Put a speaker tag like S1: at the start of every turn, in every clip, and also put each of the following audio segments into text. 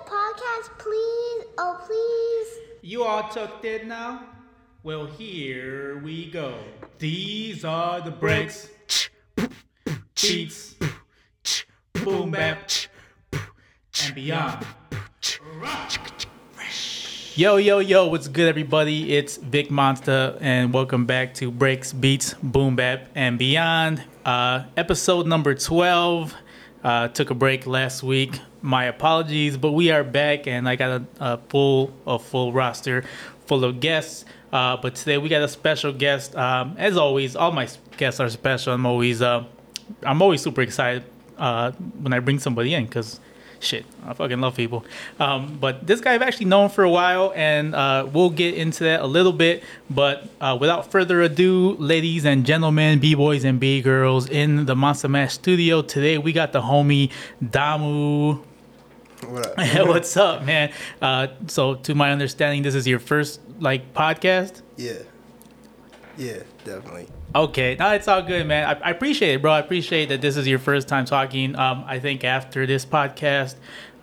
S1: gosh, please. Oh, please.
S2: You all tucked in now? Well, here we go. These are the breaks. Beats. Boom bap. And beyond. Yo, yo, yo, what's good, everybody? It's Vic Monster, and welcome back to Breaks, Beats, Boom Bap, and Beyond. Uh, episode number 12. Uh, took a break last week. My apologies, but we are back, and I got a, a full, a full roster full of guests. Uh, but today we got a special guest. Um, as always, all my guests are special. I'm always, uh, I'm always super excited uh, when I bring somebody in because shit i fucking love people um, but this guy i've actually known for a while and uh, we'll get into that a little bit but uh, without further ado ladies and gentlemen b-boys and b-girls in the monster mash studio today we got the homie damu
S3: What up?
S2: what's up man uh, so to my understanding this is your first like podcast
S3: yeah. Yeah, definitely.
S2: Okay, no, it's all good, man. I, I appreciate it, bro. I appreciate that this is your first time talking. Um, I think after this podcast,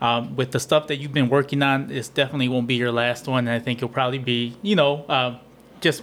S2: um, with the stuff that you've been working on, this definitely won't be your last one. And I think you'll probably be, you know, um, just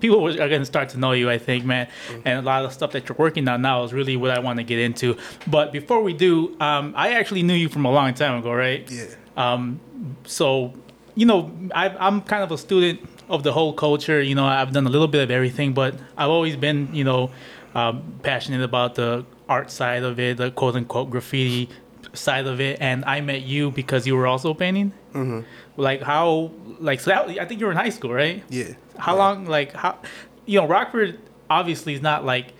S2: people are going to start to know you, I think, man. And a lot of the stuff that you're working on now is really what I want to get into. But before we do, um, I actually knew you from a long time ago, right?
S3: Yeah.
S2: um, so you know I, i'm kind of a student of the whole culture you know i've done a little bit of everything but i've always been you know um, passionate about the art side of it the quote unquote graffiti side of it and i met you because you were also painting mm-hmm. like how like so that, i think you were in high school right
S3: Yeah.
S2: how
S3: Yeah.
S2: long like how you know rockford obviously is not like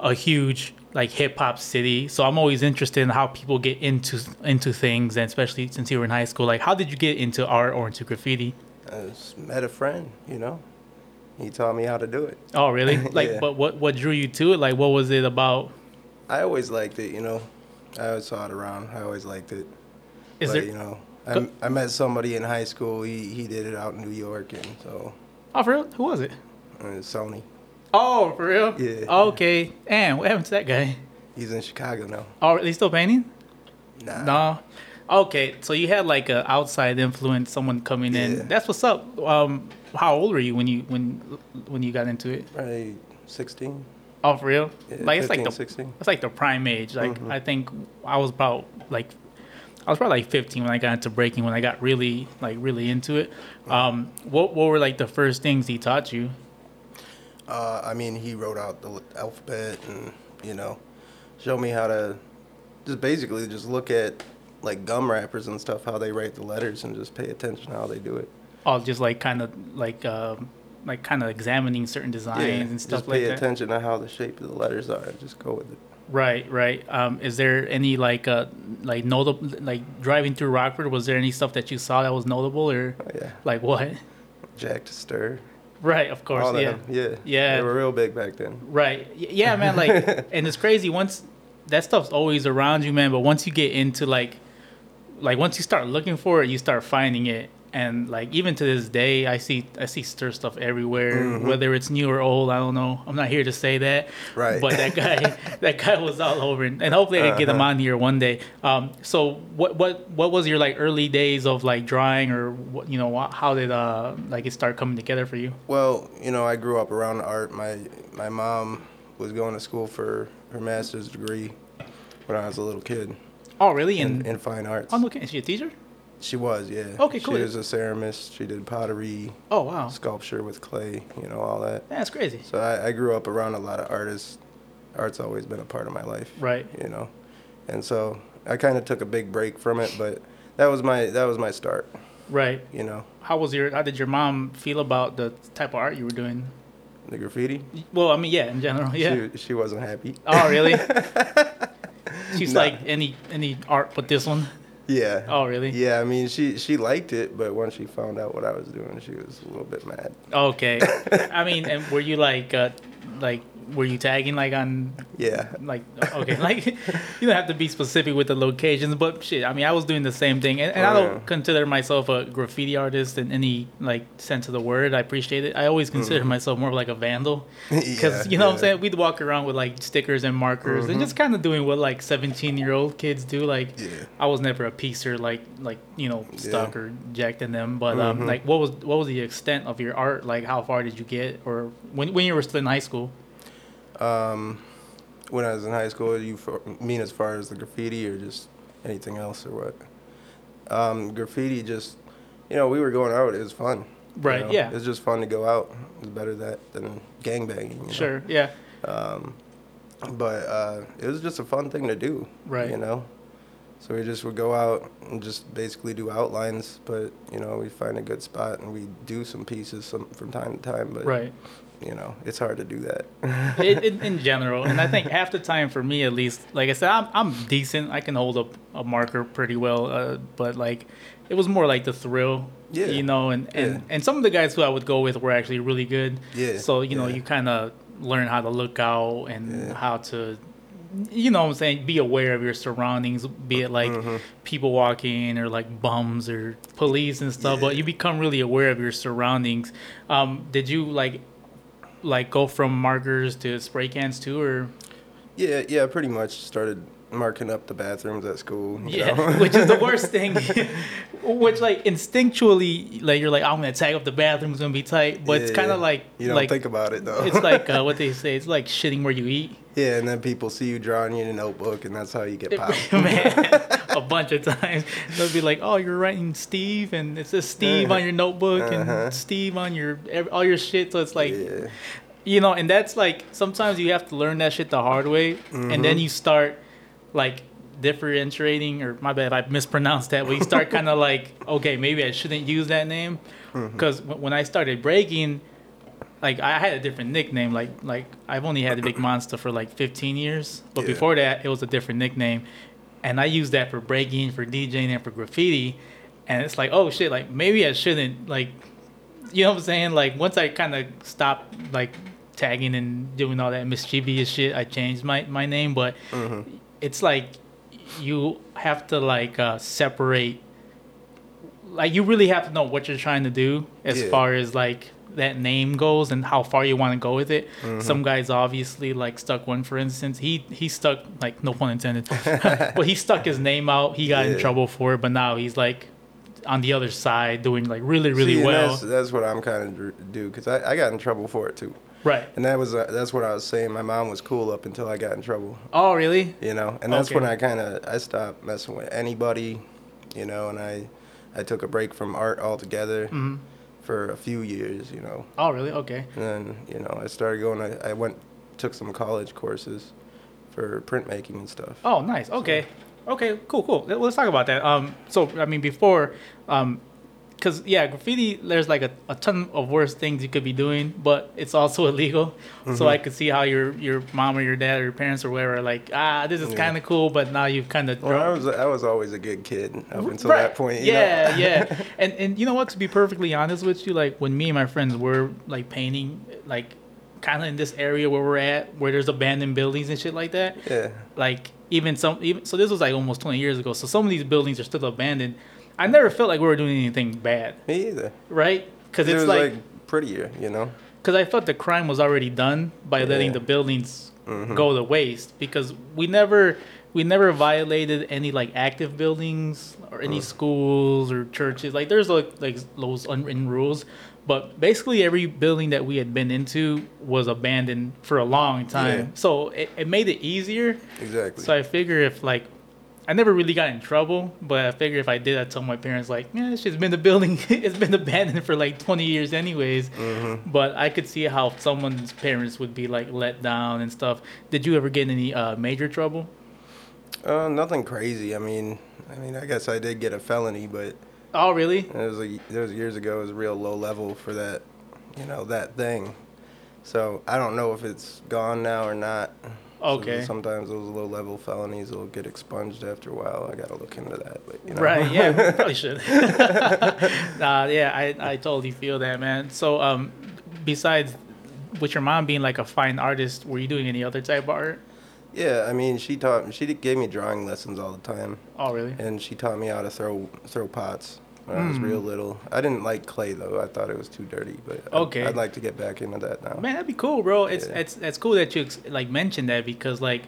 S2: a huge like hip hop city so i'm always interested in how people get into into things and especially since you were in high school like how did you get into art or into graffiti
S3: I just met a friend, you know? He taught me how to do it.
S2: oh really like
S3: Yeah.
S2: but what what drew you to it like what was it about
S3: I always liked it, you know? I always saw it around. I always liked it.
S2: is
S3: but,
S2: there
S3: you know, I, I met somebody in high school. He, he did it out in New York, and so,
S2: oh for real who was it
S3: and Sony.
S2: oh for real
S3: Yeah.
S2: okay and what happened to that guy
S3: He's in Chicago now.
S2: oh they still painting
S3: Nah.
S2: No. Okay, so you had like an outside influence, someone coming
S3: Yeah.
S2: in. That's what's up. Um, how old were you when you when when you got into it?
S3: Probably 16.
S2: Oh, for real?
S3: Yeah, Mm-hmm.
S2: like it's
S3: 15,
S2: like the
S3: 16.
S2: it's like the prime age. Like I think I was about like I was probably like 15 when I got into breaking when I got really like really into it. Um, what what were like the first things he taught you?
S3: Uh, I mean, he wrote out the l- alphabet and, you know, showed me how to just basically just look at like gum wrappers and stuff, how they write the letters and just pay attention to how they do it.
S2: Oh, just like kind of like um, like kind of examining certain designs and
S3: just
S2: stuff like
S3: pay
S2: that.
S3: attention to how the shape of the letters are and just go with it.
S2: Right, right. Um, is there any like uh like notable like driving through Rockford? Was there any stuff that you saw that was notable or
S3: Oh, yeah.
S2: like what?
S3: Jack to stir.
S2: Right, of course,
S3: all
S2: yeah,
S3: that. Yeah.
S2: Yeah.
S3: They were real big back then.
S2: right, Y- yeah, man. Like, and it's crazy once that stuff's always around you, man. But once you get into like, like once you start looking for it, you start finding it. And like even to this day, I see I see stir stuff everywhere,
S3: Mm-hmm.
S2: whether it's new or old. I don't know. I'm not here to say that.
S3: Right.
S2: But that guy, that guy was all over, it. and hopefully I can get
S3: Uh-huh.
S2: him on here one day. Um, so what, what, what was your like early days of like drawing, or what, you know, wha- how did uh like it start coming together for you?
S3: Well, you know, I grew up around art. My my mom was going to school for her master's degree when I was a little kid
S2: Oh, really?
S3: in,
S2: And,
S3: in fine arts.
S2: oh, no, is she a teacher?
S3: She was, yeah.
S2: Okay, cool.
S3: She was a ceramist. She did pottery,
S2: Oh, wow,
S3: sculpture with clay, you know, all that.
S2: that's crazy.
S3: So I, I grew up around a lot of artists. Art's always been a part of my life.
S2: Right.
S3: You know, and so I kind of took a big break from it, but that was my that was my start.
S2: Right.
S3: You know,
S2: How was your? How did your mom feel about the type of art you were doing?
S3: the graffiti.
S2: Well, I mean, yeah, in general, yeah.
S3: She, she wasn't happy.
S2: Oh, really? She's
S3: Nah.
S2: like any any art but this one.
S3: Yeah.
S2: Oh, really?
S3: Yeah, I mean, she she liked it, but once she found out what I was doing, she was a little bit mad.
S2: Okay. I mean, and were you like, uh, like were you tagging like on
S3: Yeah.
S2: like okay like you don't have to be specific with the locations but shit i mean i was doing the same thing and, and i
S3: Oh,
S2: don't
S3: yeah.
S2: consider myself a graffiti artist in any like sense of the word i appreciate it i always consider
S3: Mm-hmm.
S2: myself more of like a vandal because
S3: Yeah,
S2: you know what i'm
S3: yeah. Mm-hmm.
S2: saying we'd walk around with like stickers and markers and just kind of doing what like 17 year old kids do like
S3: Yeah.
S2: i was never a piecer like like you know stuck
S3: Yeah. Mm-hmm.
S2: or jacked in them but um like what was what was the extent of your art like how far did you get or when, when you were still in high school
S3: Um, When I was in high school, you for, mean as far as the graffiti or just anything else or what? Um, graffiti just, you know, we were going out. It was fun. you
S2: Right,
S3: know?
S2: yeah.
S3: It's just fun to go out. It's better that than gangbanging. You know?
S2: sure yeah
S3: But uh, it was just a fun thing to do.
S2: Right.
S3: You know? So we just would go out and just basically do outlines, but, you know, we find a good spot and we do some pieces some, from time to time. But,
S2: right
S3: you know, it's hard to do that.
S2: it, in in general, and I think half the time for me at least, like I said, I'm, I'm decent. I can hold up a marker pretty well, uh, but like it was more like the thrill,
S3: Yeah.
S2: you know. And and,
S3: Yeah.
S2: and some of the guys who I would go with were actually really good.
S3: Yeah,
S2: So you know,
S3: yeah.
S2: you kind of learn how to look out and
S3: Yeah.
S2: how to. You know what I'm saying? Be aware of your surroundings, be it like
S3: Mm-hmm.
S2: people walking or like bums or police and stuff, but
S3: Yeah.
S2: you become really aware of your surroundings. Um, did you like like go from markers to spray cans too or
S3: yeah, yeah, pretty much started marking up the bathrooms at school. you
S2: yeah
S3: know?
S2: which is the worst thing which like instinctually like you're like i'm gonna tag up the bathroom's gonna be tight but it's
S3: Yeah,
S2: kind
S3: yeah.
S2: of like
S3: You don't
S2: like
S3: think about it, though.
S2: it's like uh, what they say it's like shitting where you eat
S3: yeah, and then people see you drawing in a notebook, and that's how you get popped.
S2: Man, a bunch of times they'll be like oh you're writing steve and it says steve on your notebook
S3: Uh-huh.
S2: and steve on your ev- all your shit so it's like
S3: yeah.
S2: you know and that's like sometimes you have to learn that shit the hard way and then you start like differentiating or my bad if i mispronounced that but you start kind of like okay maybe i shouldn't use that name because when i started breaking like i had a different nickname like like i've only had the big monster for like 15 years but
S3: Yeah.
S2: before that it was a different nickname and i used that for breaking for djing and for graffiti and it's like oh shit like maybe i shouldn't like you know what I'm saying? Like once I kind of stopped like tagging and doing all that mischievous shit, I changed my my name. But
S3: Mm-hmm.
S2: it's like you have to like uh, separate. Like you really have to know what you're trying to do as
S3: Yeah.
S2: far as like that name goes and how far you want to go with it.
S3: Mm-hmm.
S2: Some guys obviously like stuck one for instance. He he stuck like no pun intended, but he stuck his name out. He got in
S3: Yeah.
S2: trouble for it, but now he's like on the other side doing like really really
S3: See, and
S2: well.
S3: That's, that's what I'm kind of do because I, I got in trouble for it too,
S2: Right.
S3: and that was uh, that's what I was saying. My mom was cool up until I got in trouble,
S2: Oh, really?
S3: you know, and that's
S2: Okay.
S3: when I kind of I stopped messing with anybody, you know, and I I took a break from art altogether
S2: Mm-hmm.
S3: for a few years, you know,
S2: Oh, really? Okay.
S3: and then you know I started going. I, I went took some college courses for printmaking and stuff.
S2: Oh, nice. Okay. Okay. Cool. Cool. Let- Let's talk about that. Um. So I mean, before, um, because yeah, graffiti. There's like a, a ton of worse things you could be doing, but it's also illegal.
S3: Mm-hmm.
S2: So I could see how your your mom or your dad or your parents or whatever are like, ah, this is
S3: Yeah.
S2: kind of cool, but now you've kind of.
S3: Well, I was I was always a good kid up until
S2: Right.
S3: that point. you know?
S2: yeah, yeah. And and you know what? To be perfectly honest with you, like when me and my friends were like painting, like kind of in this area where we're at, where there's abandoned buildings and shit like that.
S3: yeah.
S2: like even some even so this was like almost 20 years ago so some of these buildings are still abandoned i never felt like we were doing anything bad
S3: Me either.
S2: right because
S3: It
S2: it's
S3: was
S2: like
S3: like prettier, you know.
S2: because i felt the crime was already done by letting
S3: Yeah. Mm-hmm.
S2: the buildings go to waste because we never we never violated any like active buildings or any
S3: Mm.
S2: schools or churches like there's like like those unwritten rules but basically every building that we had been into was abandoned for a long time
S3: Yeah.
S2: so it, it made it easier
S3: Exactly.
S2: so I figure if like I never really got in trouble, but I figure if I did, I'd tell my parents like, man, this shit's been the building, it's been abandoned for like 20 years anyways. But I could see how someone's parents would be like let down and stuff. Did you ever get in any uh, major trouble?
S3: Uh, nothing crazy. I mean, I mean, I guess I did get a felony, but
S2: Oh, really?
S3: it was like that was years ago. It was real low level for that, you know, that thing. So I don't know if it's gone now or not. So
S2: Okay.
S3: sometimes those low level felonies will get expunged after a while. I gotta look into that. But you know.
S2: Right. Yeah. we Probably should. nah. Yeah. I, I totally feel that, man. So um, besides with your mom being like a fine artist, were you doing any other type of art?
S3: Yeah, I mean, she taught she gave me drawing lessons all the time,
S2: Oh, really?
S3: and she taught me how to throw throw pots when I was real
S2: Hmm.
S3: little. I didn't like clay though; I thought it was too dirty. But I'd-
S2: Okay.
S3: I'd, like to get back into that now.
S2: Man, that'd be cool, bro. It's
S3: Yeah.
S2: it's it's cool that you ex- like mentioned that because like.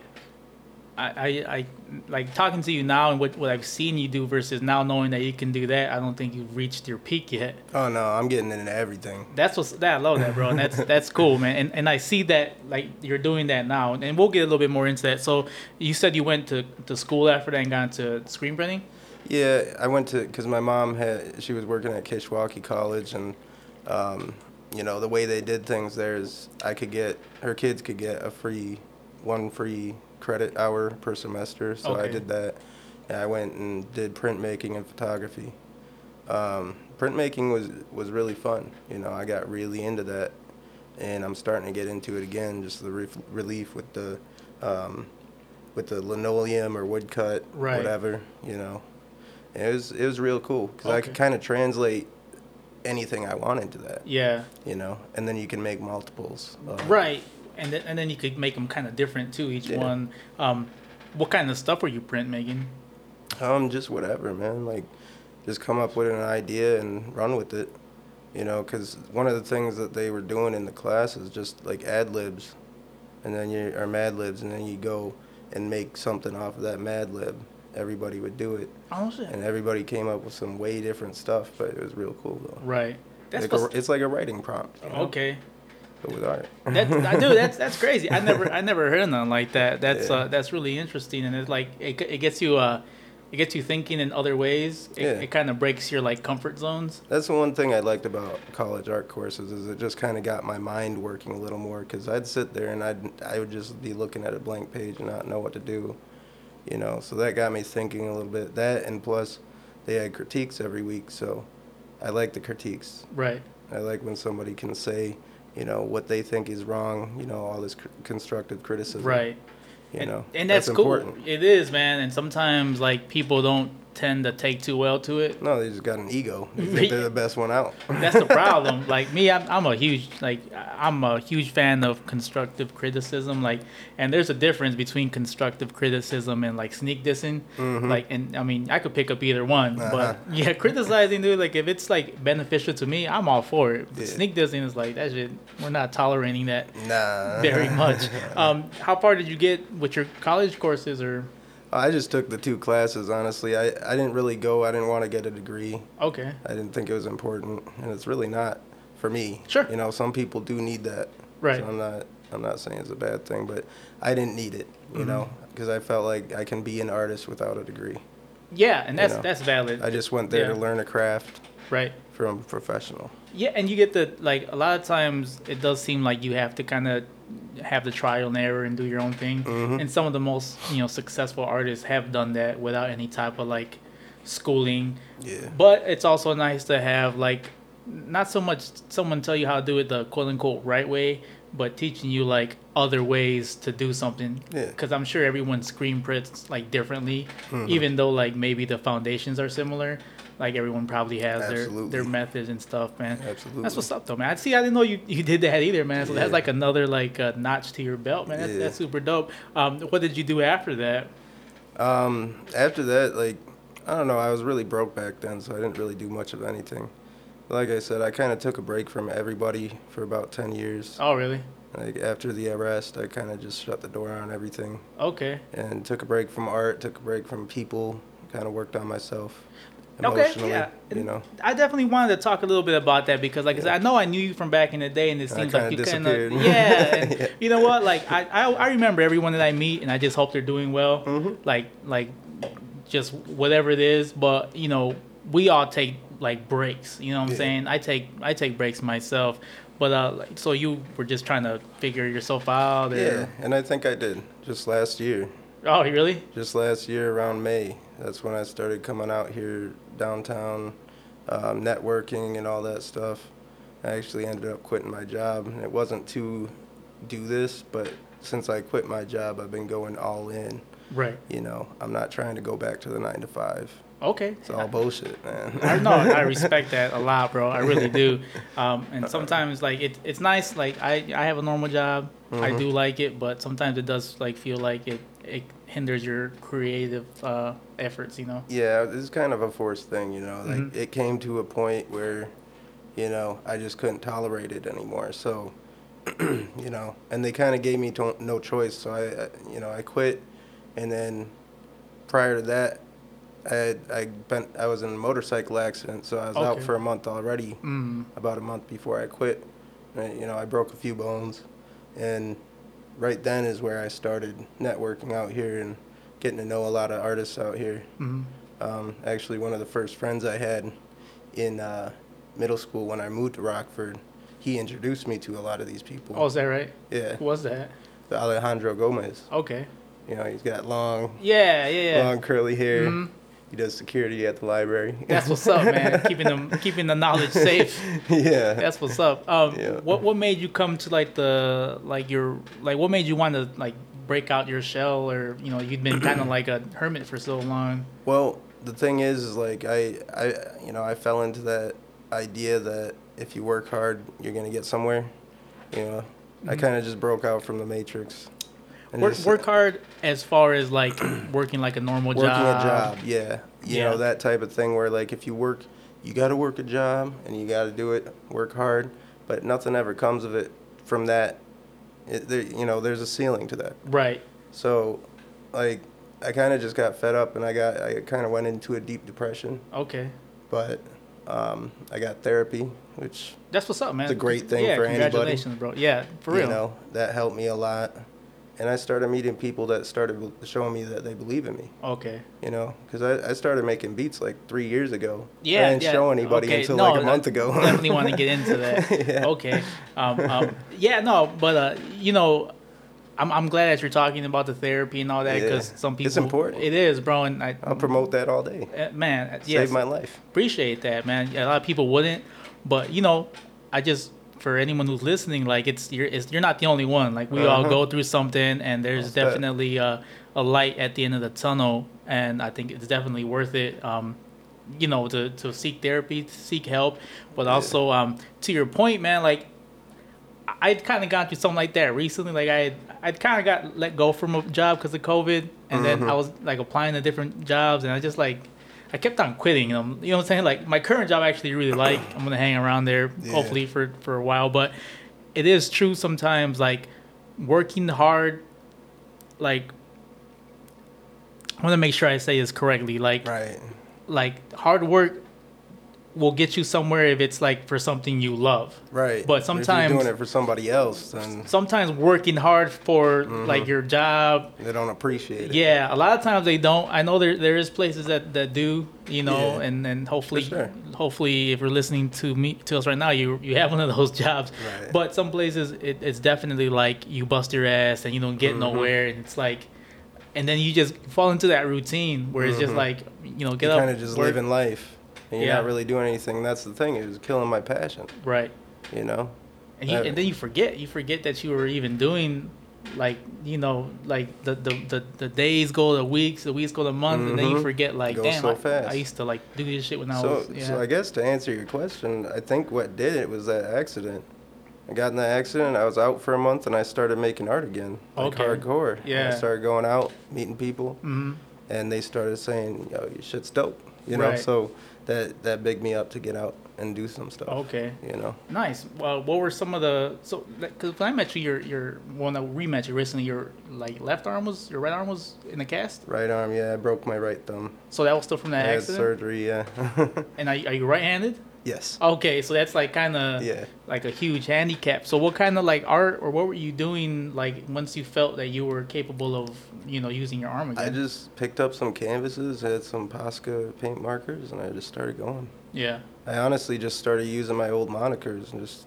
S2: I, I, I like talking to you now and what, what I've seen you do versus now knowing that you can do that. I don't think you've reached your peak yet.
S3: Oh no, I'm getting into everything.
S2: That's what's that. I love that, bro. And that's that's cool, man. And and I see that like you're doing that now. And we'll get a little bit more into that. So you said you went to, to school after that and got into screen printing.
S3: Yeah, I went to because my mom had she was working at Kishwaukee College, and um, you know the way they did things there is I could get her kids could get a free one free credit hour per semester, so I
S2: Okay.
S3: did that. And I went and did printmaking and photography. Um, printmaking was was really fun. You know, I got really into that, and I'm starting to get into it again. Just the re- relief with the um, with the linoleum or woodcut,
S2: Right.
S3: whatever. You know, and it was it was real cool because I could
S2: Okay.
S3: kind of translate anything I wanted to that.
S2: Yeah.
S3: You know, and then you can make multiples. of-
S2: Uh-huh. Right. And then, and then you could make them kind of different too, each
S3: Yeah.
S2: one. Um, what kind of stuff were you print making?
S3: Um, just whatever, man. Like, just come up with an idea and run with it. You know, because one of the things that they were doing in the class is just like ad libs, and then you or mad libs, and then you go and make something off of that mad lib. Everybody would do it,
S2: Oh shit.
S3: and everybody came up with some way different stuff, but it was real cool though.
S2: Right. That's
S3: Like a,
S2: what's-
S3: it's like a writing prompt, you know,
S2: okay.
S3: but with art.
S2: That I do. That's that's crazy. I never I never heard of nothing like that. That's
S3: Yeah.
S2: uh, that's really interesting, and it's like it, it gets you uh, it gets you thinking in other ways. It,
S3: Yeah.
S2: it kind of breaks your like comfort zones.
S3: That's the one thing I liked about college art courses is it just kind of got my mind working a little more because I'd sit there and I'd I would just be looking at a blank page and not know what to do, you know. So that got me thinking a little bit. That and plus, they had critiques every week, so I like the critiques.
S2: Right.
S3: I like when somebody can say, you know, what they think is wrong. You know, all this cr- constructive criticism.
S2: Right.
S3: You
S2: and,
S3: know,
S2: and that's, cool.
S3: important.
S2: It is, man. And sometimes like people don't tend to take too well to it.
S3: No, they just got an ego. They think they're the best one out.
S2: That's the problem. like me, I'm, I'm a huge like I'm a huge fan of constructive criticism. Like, and there's a difference between constructive criticism and like sneak dissing. Like, and I mean, I could pick up either one,
S3: Mm-hmm. Uh-huh.
S2: but yeah, criticizing, dude. Like, if it's like beneficial to me, I'm all for it. But
S3: Yeah.
S2: Sneak dissing is like that shit. We're not tolerating that
S3: nah.
S2: very much. um, how far did you get with your college courses or?
S3: I just took the two classes, honestly. I, I didn't really go. I didn't want to get a degree.
S2: Okay.
S3: I didn't think it was important, and it's really not for me.
S2: Sure.
S3: You know, some people do need that.
S2: Right.
S3: So I'm not I'm not saying it's a bad thing, but I didn't need it. You know, 'cause know,
S2: Mm-hmm.
S3: because I felt like I can be an artist without a degree.
S2: Yeah, and that's
S3: know,
S2: that's valid.
S3: I just went there to
S2: Yeah.
S3: learn a craft
S2: right.
S3: from a professional.
S2: Yeah, and you get the like a lot of times it does seem like you have to kind of have the trial and error and do your own thing. And some of the most you know successful artists have done that without any type of like schooling.
S3: Yeah.
S2: But it's also nice to have like not so much someone tell you how to do it the quote unquote right way, but teaching you like other ways to do something.
S3: Yeah. Mm-hmm.
S2: Because I'm sure everyone screen prints like differently, even though like maybe the foundations are similar. Like everyone probably has their
S3: Absolutely.
S2: their methods and stuff, man. That's
S3: Absolutely.
S2: what's up, though, man. I see. I didn't know you, you did that either, man. So that's
S3: Yeah.
S2: like another like uh, notch to your belt, man. That's,
S3: Yeah.
S2: that's super dope. Um, what did you do after that?
S3: Um, after that, like, I don't know, I was really broke back then, so I didn't really do much of anything. Like I said, I kind of took a break from everybody for about 10 years.
S2: Oh, really?
S3: Like, after the arrest, I kind of just shut the door on everything
S2: Okay.
S3: and took a break from art, took a break from people, kind of worked on myself
S2: Okay.
S3: emotionally,
S2: Yeah.
S3: you know.
S2: I definitely wanted to talk a little bit about that because, like I said, I know I knew you from back in the day, and it
S3: And I
S2: seems like you
S3: kinda
S2: kind of
S3: disappeared.
S2: yeah. And
S3: Yeah.
S2: You know what? Like I, I I remember everyone that I meet, and I just hope they're doing well.
S3: Mm-hmm.
S2: Like like just whatever it is, but you know we all take like breaks. You know what I'm
S3: Yeah.
S2: saying? I take I take breaks myself. But uh, like, so you were just trying to figure yourself out? Or,
S3: Yeah, and I think I did just last year.
S2: Oh, really?
S3: Just last year around May, that's when I started coming out here downtown, um, networking and all that stuff. I actually ended up quitting my job. and It wasn't to do this, but since I quit my job, I've been going all in
S2: Right.
S3: You know, I'm not trying to go back to the nine to five.
S2: Okay.
S3: It's all bullshit, man.
S2: I know I respect that a lot, bro. I really do. Um, and sometimes like it, it's nice. Like I, I have a normal job. I do like it, but sometimes it does like feel like it, it hinders your creative uh, efforts. You know.
S3: yeah, this is kind of a forced thing, you know. Like
S2: Mm-hmm.
S3: it came to a point where, you know, I just couldn't tolerate it anymore. So, you know, and they kind of gave me to- no choice. So I, I, you know, I quit, and then prior to that, I had- I been I was in a motorcycle accident, so I was out
S2: Okay.
S3: for a month already. About a month before I quit, and, you know, I broke a few bones, and right then is where I started networking out here and getting to know a lot of artists out here. Um, actually, one of the first friends I had in uh, middle school when I moved to Rockford, he introduced me to a lot of these people.
S2: Oh, is that right?
S3: yeah,
S2: Who was that?
S3: the Alejandro Gomez.
S2: Okay.
S3: You know, he's got long,
S2: Yeah, yeah, yeah.
S3: long curly hair. He does security at the library.
S2: That's what's up, man. keeping them, keeping the knowledge safe.
S3: yeah.
S2: That's what's up. Um,
S3: Yeah.
S2: what what made you come to like the like your like what made you want to like break out your shell or you know you'd been kind of like a hermit for so long.
S3: Well, the thing is, is like I, I, you know, I fell into that idea that if you work hard, you're gonna get somewhere. You know, I kind of just broke out from the matrix.
S2: Mm-hmm.
S3: and
S2: Work,
S3: just-
S2: work hard as far as like working like a normal
S3: working
S2: job.
S3: a job. Yeah, you
S2: Yeah.
S3: know that type of thing where like if you work, you got to work a job and you got to do it, work hard, but nothing ever comes of it from that. It, there, you know, there's a ceiling to that.
S2: Right.
S3: So, like, I kind of just got fed up and I got, I kind of went into a deep depression.
S2: Okay.
S3: but um, I got therapy, which
S2: That's what's up, man.
S3: It's a great thing
S2: yeah,
S3: for anybody.
S2: congratulations, bro. Yeah, for real.
S3: you know that helped me a lot. And I started meeting people that started bel- showing me that they believe in me,
S2: Okay.
S3: you know, because I, I started making beats like three years ago.
S2: Yeah,
S3: I didn't
S2: yeah.
S3: show anybody
S2: Okay,
S3: until
S2: no,
S3: like a
S2: I
S3: month ago.
S2: definitely want to get into that.
S3: Yeah.
S2: Okay. Um, um, yeah, no, but uh, you know, I'm, I'm glad that you're talking about the therapy and all that
S3: Yeah.
S2: because some people
S3: It's important.
S2: It is, bro, and I,
S3: I'll promote that all day.
S2: uh, man, yes,
S3: Save my life.
S2: appreciate that, man. A lot of people wouldn't, but you know, I just for anyone who's listening, like it's you're it's, you're not the only one. Like we all
S3: Uh-huh.
S2: go through something, and there's
S3: that.
S2: definitely uh, a light at the end of the tunnel, and I think it's definitely worth it. Um, you know, to to seek therapy, to seek help, but also um, to your point, man, like. I- I'd kind of gone through something like that recently. Like I, had- I'd kind of got let go from a job because of COVID, and
S3: Mm-hmm.
S2: then I was like applying to different jobs, and I just like, I kept on quitting. And I'm, you know what I'm saying? Like my current job, I actually really like. I'm gonna hang around there
S3: Yeah.
S2: hopefully for for a while, but it is true sometimes. Like working hard, like I want to make sure I say this correctly. Like
S3: Right.
S2: like hard work will get you somewhere if it's like for something you love.
S3: Right.
S2: But
S3: If you're
S2: sometimes-
S3: doing it for somebody else, then
S2: sometimes working hard for
S3: Mm-hmm.
S2: like your job.
S3: they don't appreciate it.
S2: Yeah, a lot of times they don't. I know there there is places that, that do, you know,
S3: Yeah.
S2: and and hopefully
S3: sure.
S2: hopefully if you're listening to me to us right now, you you have one of those jobs.
S3: Right.
S2: But some places it, it's definitely like you bust your ass and you don't get
S3: Mm-hmm.
S2: nowhere, and it's like, and then you just fall into that routine where it's just like you know get
S3: You're
S2: up,
S3: kind of Mm-hmm. just
S2: work-
S3: living life, and you're
S2: Yeah.
S3: not really doing anything. That's the thing. It was killing my passion.
S2: right.
S3: You know.
S2: and, you,
S3: Uh,
S2: and then you forget you forget that you were even doing like you know like the the, the, the days go the weeks the weeks go the months and then you
S3: Mhm.
S2: forget like
S3: Goes
S2: damn
S3: so
S2: I,
S3: fast.
S2: I used to like do this shit when i
S3: So,
S2: was yeah.
S3: so I guess to answer your question, I think what did it was that accident. I got in that accident. I was out for a month, and I started making art again, like
S2: Okay.
S3: hardcore. And
S2: Yeah.
S3: I started going out, meeting people,
S2: Mm-hmm.
S3: and they started saying, "Yo, your shit's dope," you know.
S2: Right.
S3: So that that bigged me up to get out and do some stuff.
S2: Okay.
S3: You know.
S2: nice well what were some of the so because when i met you your your when i rematch you recently your like left arm was your right arm was in the cast
S3: Right arm, yeah, I broke my right thumb.
S2: so that was still from that
S3: I had
S2: accident
S3: surgery, yeah.
S2: and are, you- are you right-handed
S3: yes.
S2: okay so that's like kind of
S3: Yeah.
S2: like a huge handicap. So what kind of like art or what were you doing like once you felt that you were capable of, you know, using your arm again?
S3: I just picked up some canvases, had some Posca paint markers, and I just started going.
S2: yeah.
S3: I honestly just started using my old monikers and just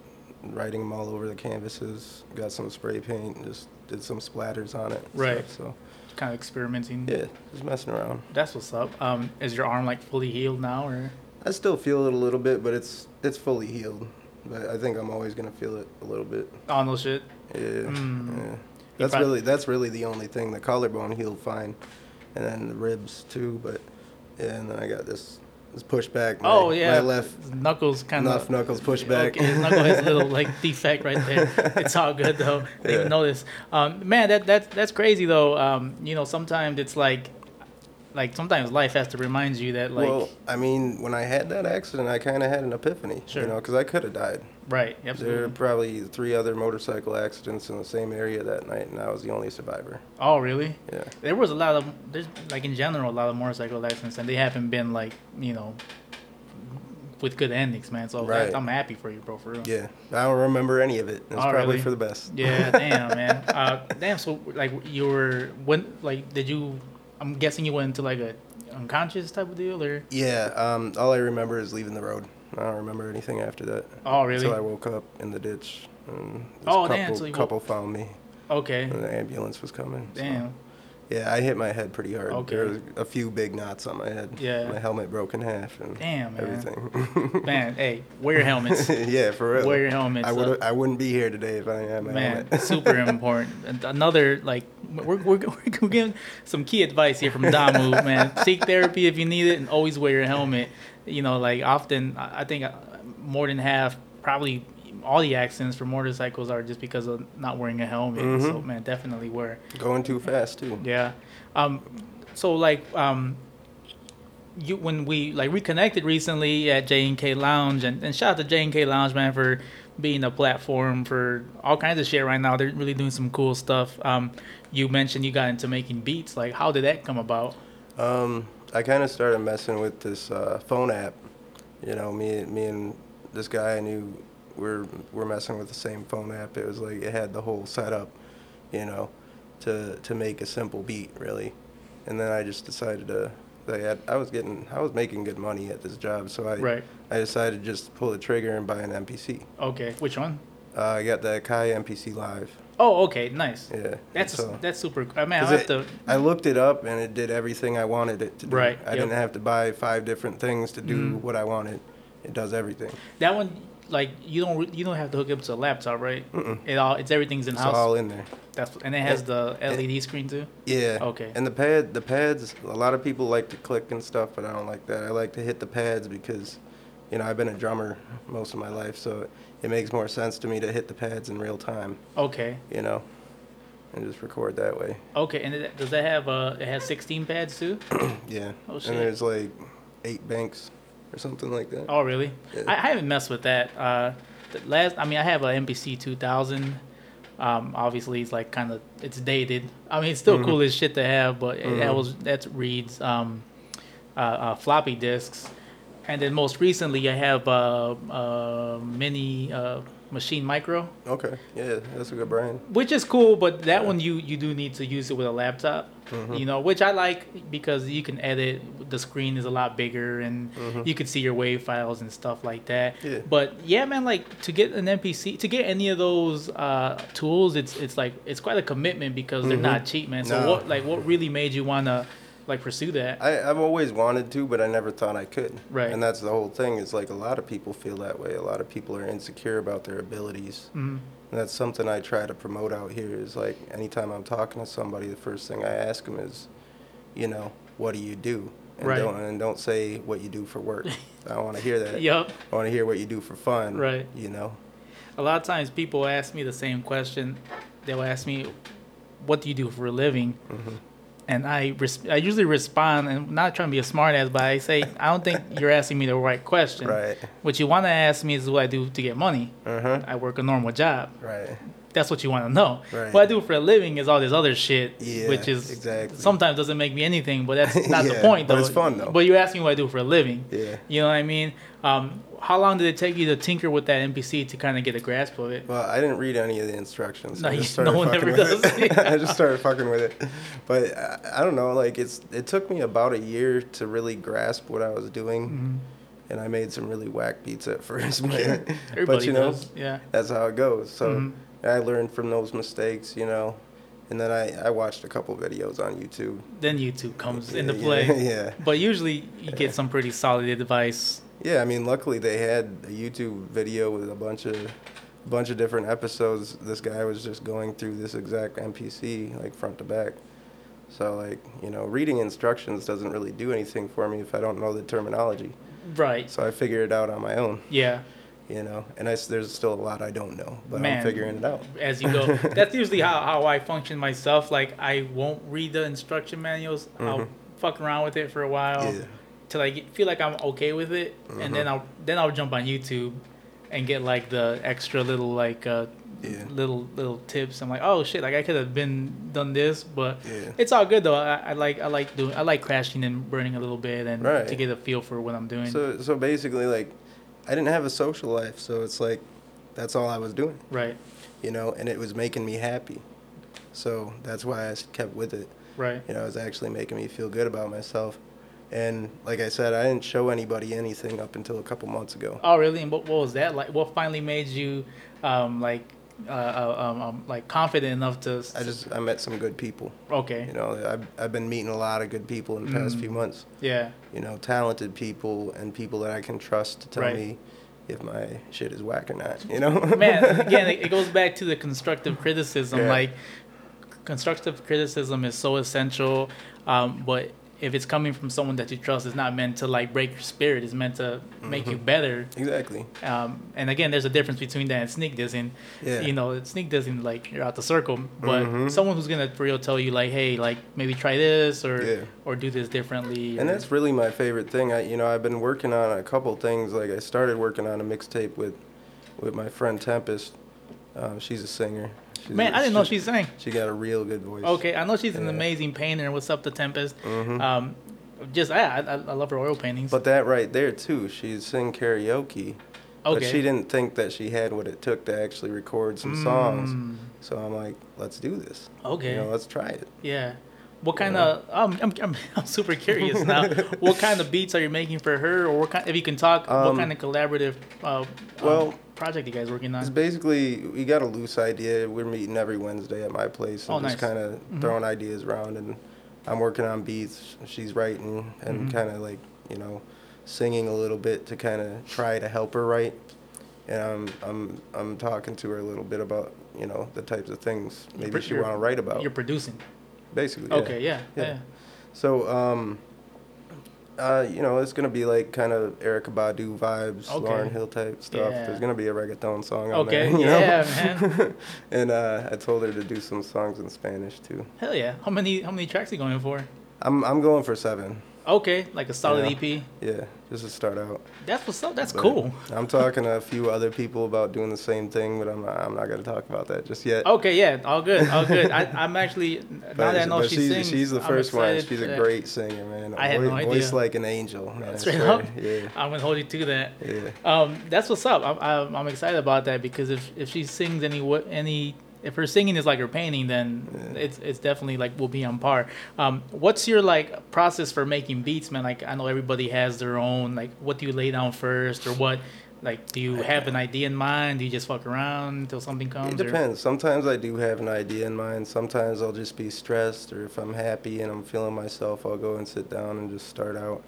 S3: writing them all over the canvases. Got some spray paint and just did some splatters on it. and
S2: Right.
S3: stuff.
S2: Kind of experimenting.
S3: So yeah, just messing around.
S2: That's what's up. Um is your arm like fully healed now or
S3: I still feel it a little bit, but it's it's fully healed. But I think I'm always gonna feel it a little bit.
S2: oh no shit.
S3: Yeah. yeah. That's
S2: prob-
S3: really that's really the only thing. The collarbone healed fine, and then the ribs too. But yeah, and then I got this this pushback. My,
S2: Oh yeah,
S3: my left
S2: knuckles kind
S3: left
S2: of.
S3: knuckles pushback.
S2: Okay, his knuckle has a little like defect right there. It's all good though. They
S3: Yeah.
S2: even notice. Um, man, that that that's crazy though. Um, you know, sometimes it's like, like sometimes life has to remind you that like,
S3: well, I mean, when I had that accident, I kind of had an epiphany,
S2: Sure.
S3: you know, because I could have died.
S2: right?
S3: There were
S2: Absolutely.
S3: probably three other motorcycle accidents in the same area that night, and I was the only survivor.
S2: Oh really?
S3: Yeah.
S2: There was a lot of there's like in general a lot of motorcycle accidents and they haven't been like you know, with good endings, man. So
S3: Right.
S2: I, am happy for you, bro. For real.
S3: Yeah. I don't remember any of it. It was
S2: Oh,
S3: probably
S2: really?
S3: for the best.
S2: Yeah, damn, man. Uh, damn. So, like, you were when, like, did you? I'm guessing you went into like a unconscious type of deal, or
S3: Yeah. Um, all I remember is leaving the road. I don't remember anything after that.
S2: oh, really?
S3: So I woke up in the ditch. And this
S2: Oh,
S3: couple,
S2: damn, so you woke-
S3: couple found me,
S2: okay,
S3: and the ambulance was coming. so-
S2: damn.
S3: Yeah, I hit my head pretty hard. There
S2: Okay.
S3: was a few big knots on my head.
S2: Yeah.
S3: My helmet broke in half and
S2: Damn, man.
S3: everything.
S2: Man, hey, wear your helmets.
S3: yeah, for real.
S2: Wear your helmets,
S3: I
S2: uh,
S3: would I wouldn't be here today if I didn't have my
S2: Man,
S3: helmet.
S2: super important. And Another like, we're, we're we're giving some key advice here from Damu. Man, seek therapy if you need it, and always wear your helmet. You know, like often I I think uh, more than half, probably all the accidents for motorcycles are just because of not wearing a helmet. So man, definitely wear.
S3: Going too fast too.
S2: Yeah. Um, so like um, you when we like reconnected recently at J and K Lounge, and, and shout out to J and K Lounge man for being a platform for all kinds of shit right now. They're really doing some cool stuff. Um, you mentioned you got into making beats. Like, how did that come about?
S3: Um, I kind of started messing with this uh, phone app. You know, me me and this guy I knew were were messing with the same phone app. It was like it had the whole setup, you know, to to make a simple beat really. And then I just decided to. They had, I was getting I was making good money at this job, so I
S2: Right.
S3: I decided to just pull the trigger and buy an MPC.
S2: Okay, which one?
S3: Uh, I got the Akai MPC Live.
S2: Oh, okay, nice.
S3: Yeah.
S2: That's
S3: so-
S2: that's super. I mean, I
S3: 'Cause
S2: have
S3: it-
S2: to.
S3: I looked it up and it did everything I wanted it to do.
S2: Right,
S3: I
S2: yep. Mm-hmm.
S3: didn't have to buy five different things to do what I wanted. It does everything.
S2: That one, like, you don't re- you don't have to hook it up to a laptop, right? It all it's everything's in
S3: It's
S2: house.
S3: all in there.
S2: That's and it has the
S3: it-
S2: LED screen too.
S3: Yeah.
S2: Okay.
S3: And the pad, the pads. A lot of people like to click and stuff, but I don't like that. I like to hit the pads because, you know, I've been a drummer most of my life, so it makes more sense to me to hit the pads in real time.
S2: Okay.
S3: You know, and just record that way.
S2: Okay, and it, does that have uh? It has sixteen pads too.
S3: Yeah.
S2: Oh, shit.
S3: And there's like eight banks or something like that.
S2: Oh really?
S3: Yeah.
S2: I, I haven't messed with that. Uh, the last I mean I have a MPC two thousand. Um, obviously it's like kind of it's dated. I mean it's still cool as shit to have, but it, that was that's Reed's um, uh, uh, floppy disks, and then most recently I have uh, uh mini uh machine micro.
S3: Okay. Yeah, that's a good brand.
S2: which is cool but that one you you do need to use it with a laptop
S3: Mm-hmm.
S2: you know which i like because you can edit the screen is a lot bigger and you can see your wave files and stuff like that
S3: Mm-hmm. Yeah.
S2: but yeah man like to get an npc to get any of those uh tools it's it's like it's quite a commitment because they're not cheap man so
S3: Mm-hmm. No.
S2: what like what really made you want to like pursue that
S3: I, I've always wanted to, but I never thought I could.
S2: Right.
S3: And that's the whole thing. It's like a lot of people feel that way. A lot of people are insecure about their abilities.
S2: Mm-hmm.
S3: Mm. And that's something I try to promote out here is like anytime I'm talking to somebody, the first thing I ask them is, you know, what do you do? And,
S2: Right.
S3: don't, and don't say what you do for work. I don't want to hear that.
S2: Yup.
S3: I want to hear what you do for fun.
S2: Right.
S3: You know?
S2: a lot of times people ask me the same question. They'll ask me, "What do you do for a living?"
S3: Mm-hmm.
S2: And I res- I usually respond, and I'm not trying to be a smartass, but I say, "I don't think you're asking me the right question.
S3: Right.
S2: What you want to ask me is what I do to get money.
S3: Uh-huh.
S2: I work a normal job.
S3: Right.
S2: That's what you want to know.
S3: Right.
S2: What I do for a living is all this other shit,
S3: Yeah,
S2: which is
S3: exactly.
S2: sometimes doesn't make me anything, but that's not the
S3: Yeah,
S2: point. Though.
S3: but it's fun, though.
S2: But you're asking what I do for a living.
S3: Yeah.
S2: You know what I mean? Um, how long did it take you to tinker with that NPC to kind of get a grasp of it?
S3: Well, I didn't read any of the instructions.
S2: No,
S3: I
S2: you-
S3: just started
S2: no one
S3: fucking
S2: ever
S3: with
S2: does.
S3: it. I just started fucking with it. But I, I don't know, like it's it took me about a year to really grasp what I was doing.
S2: Mm-hmm.
S3: And I made some really whack beats at first, but, but
S2: Everybody
S3: you know,
S2: does, Mm-hmm. yeah.
S3: that's how it goes. So I learned from those mistakes, you know. And then I, I watched a couple videos on YouTube.
S2: then YouTube comes into
S3: Yeah,
S2: play.
S3: yeah.
S2: But usually you get some pretty solid advice.
S3: Yeah, I mean, luckily they had a YouTube video with a bunch of bunch of different episodes, this guy was just going through this exact NPC like front to back. So like you know, reading instructions doesn't really do anything for me if I don't know the terminology.
S2: Right.
S3: So I figured it out on my own,
S2: Yeah.
S3: you know. And I s there's still a lot I don't know, but
S2: Man.
S3: I'm figuring it out.
S2: as you go. That's usually how, how I function myself. Like I won't read the instruction manuals. I'll fuck around with it for a while
S3: Mm-hmm. Yeah. Mm-hmm.
S2: till I get, feel like I'm okay with it, and then I'll then I'll jump on YouTube and get like the extra little like uh,
S3: Yeah.
S2: little little tips. I'm like, oh shit, like I could have been done this, but
S3: Yeah.
S2: it's all good though. I, I like I like doing I like crashing and burning a little bit and
S3: Right.
S2: to get a feel for what I'm doing.
S3: So so basically like, I didn't have a social life, so it's like, that's all I was doing.
S2: right,
S3: you know, and it was making me happy. So that's why I s- kept with it.
S2: right,
S3: You know, it was actually making me feel good about myself. And like I said, I didn't show anybody anything up until a couple months ago.
S2: Oh, really? And what, what was that like? What finally made you, um, like, uh, uh, um, um, like confident enough to?
S3: I just I met some good people.
S2: okay.
S3: You know, I've I've been meeting a lot of good people in the past
S2: Mm.
S3: few months.
S2: Yeah.
S3: You know, talented people and people that I can trust to tell
S2: Right.
S3: me if my shit is whack or not. You know,
S2: Man, again, it, it goes back to the constructive criticism.
S3: Yeah.
S2: Like, constructive criticism is so essential, um, but if it's coming from someone that you trust, it's not meant to like break your spirit. It's meant to make
S3: Mm-hmm.
S2: you better.
S3: exactly.
S2: Um, and again, there's a difference between that and sneak dissing.
S3: Yeah. Mm-hmm.
S2: You know, sneak dissing like you're out the circle, but someone who's gonna for real tell you like, hey, like maybe try this or
S3: Yeah.
S2: or do this differently.
S3: And
S2: or-
S3: that's really my favorite thing. I, you know, I've been working on a couple things. Like I started working on a mixtape with, with my friend Tempest. Um, she's a singer. She's
S2: man,
S3: I
S2: I didn't know she sang.
S3: She got a real good voice.
S2: Okay, I know she's an
S3: Yeah. Mm-hmm.
S2: amazing painter. What's up, the Tempest? Um, just yeah, I, I, I love her oil paintings.
S3: But that right there too, she'd sing karaoke. But
S2: Okay.
S3: she didn't think that she had what it took to actually record some songs. So I'm like, let's do this.
S2: Mm. Okay.
S3: You know, let's try it.
S2: yeah. What kind of? Um, I'm, I'm I'm super curious now. what kind of beats are you making for her, or what kind? If you can talk, what
S3: Um,
S2: kind of collaborative? Uh,
S3: well,
S2: um, project you guys working on?
S3: It's basically we got a loose idea. We're meeting every Wednesday at my place and
S2: Oh,
S3: just
S2: nice.
S3: kind of throwing ideas around. And I'm working on beats. She's writing and
S2: Mm-hmm.
S3: kind of like you know, singing a little bit to kind of try to help her write. And I'm I'm I'm talking to her a little bit about you know the types of things maybe
S2: pro-
S3: she
S2: you're-
S3: want to write about.
S2: You're producing.
S3: Basically.
S2: Okay, yeah, yeah.
S3: So um. Uh, you know, it's gonna be like kind of Erica Badu vibes,
S2: Okay.
S3: Lauren Hill type stuff.
S2: Yeah.
S3: There's gonna be a reggaeton song on
S2: Okay,
S3: there. you know?
S2: yeah, man.
S3: and uh, I told her to do some songs in Spanish too.
S2: Hell yeah. How many how many tracks you going for?
S3: I'm I'm going for seven.
S2: Okay, like a solid E
S3: Yeah.
S2: EP.
S3: Yeah, just to start out.
S2: That's what's up. That's
S3: But
S2: cool.
S3: I'm talking to a few other people about doing the same thing, but I'm not, I'm not gonna talk about that just yet.
S2: Okay, yeah, all good, all good. I, I'm actually now
S3: But-
S2: Oh, that I know
S3: but
S2: she
S3: she's,
S2: sings,
S3: she's the
S2: I'm
S3: first one.
S2: excited
S3: She's
S2: for
S3: a
S2: that.
S3: great singer, man.
S2: I had
S3: Voi-
S2: no idea.
S3: Voice like an angel. Man, I
S2: Straight
S3: swear.
S2: up,
S3: Yeah.
S2: I'm gonna hold you to that.
S3: Yeah.
S2: Um, that's what's up. I'm, I'm, I'm excited about that because if, if she sings any what any if her singing is like her painting, then it's it's definitely like will be on par. Um, what's your like process for making beats, man? Like I know everybody has their own. Like what do you lay down first, or what? Like do you have an idea in mind? Do you just fuck around until something comes?
S3: It
S2: or-
S3: depends. Sometimes I do have an idea in mind. Sometimes I'll just be stressed, or if I'm happy and I'm feeling myself, I'll go and sit down and just start out.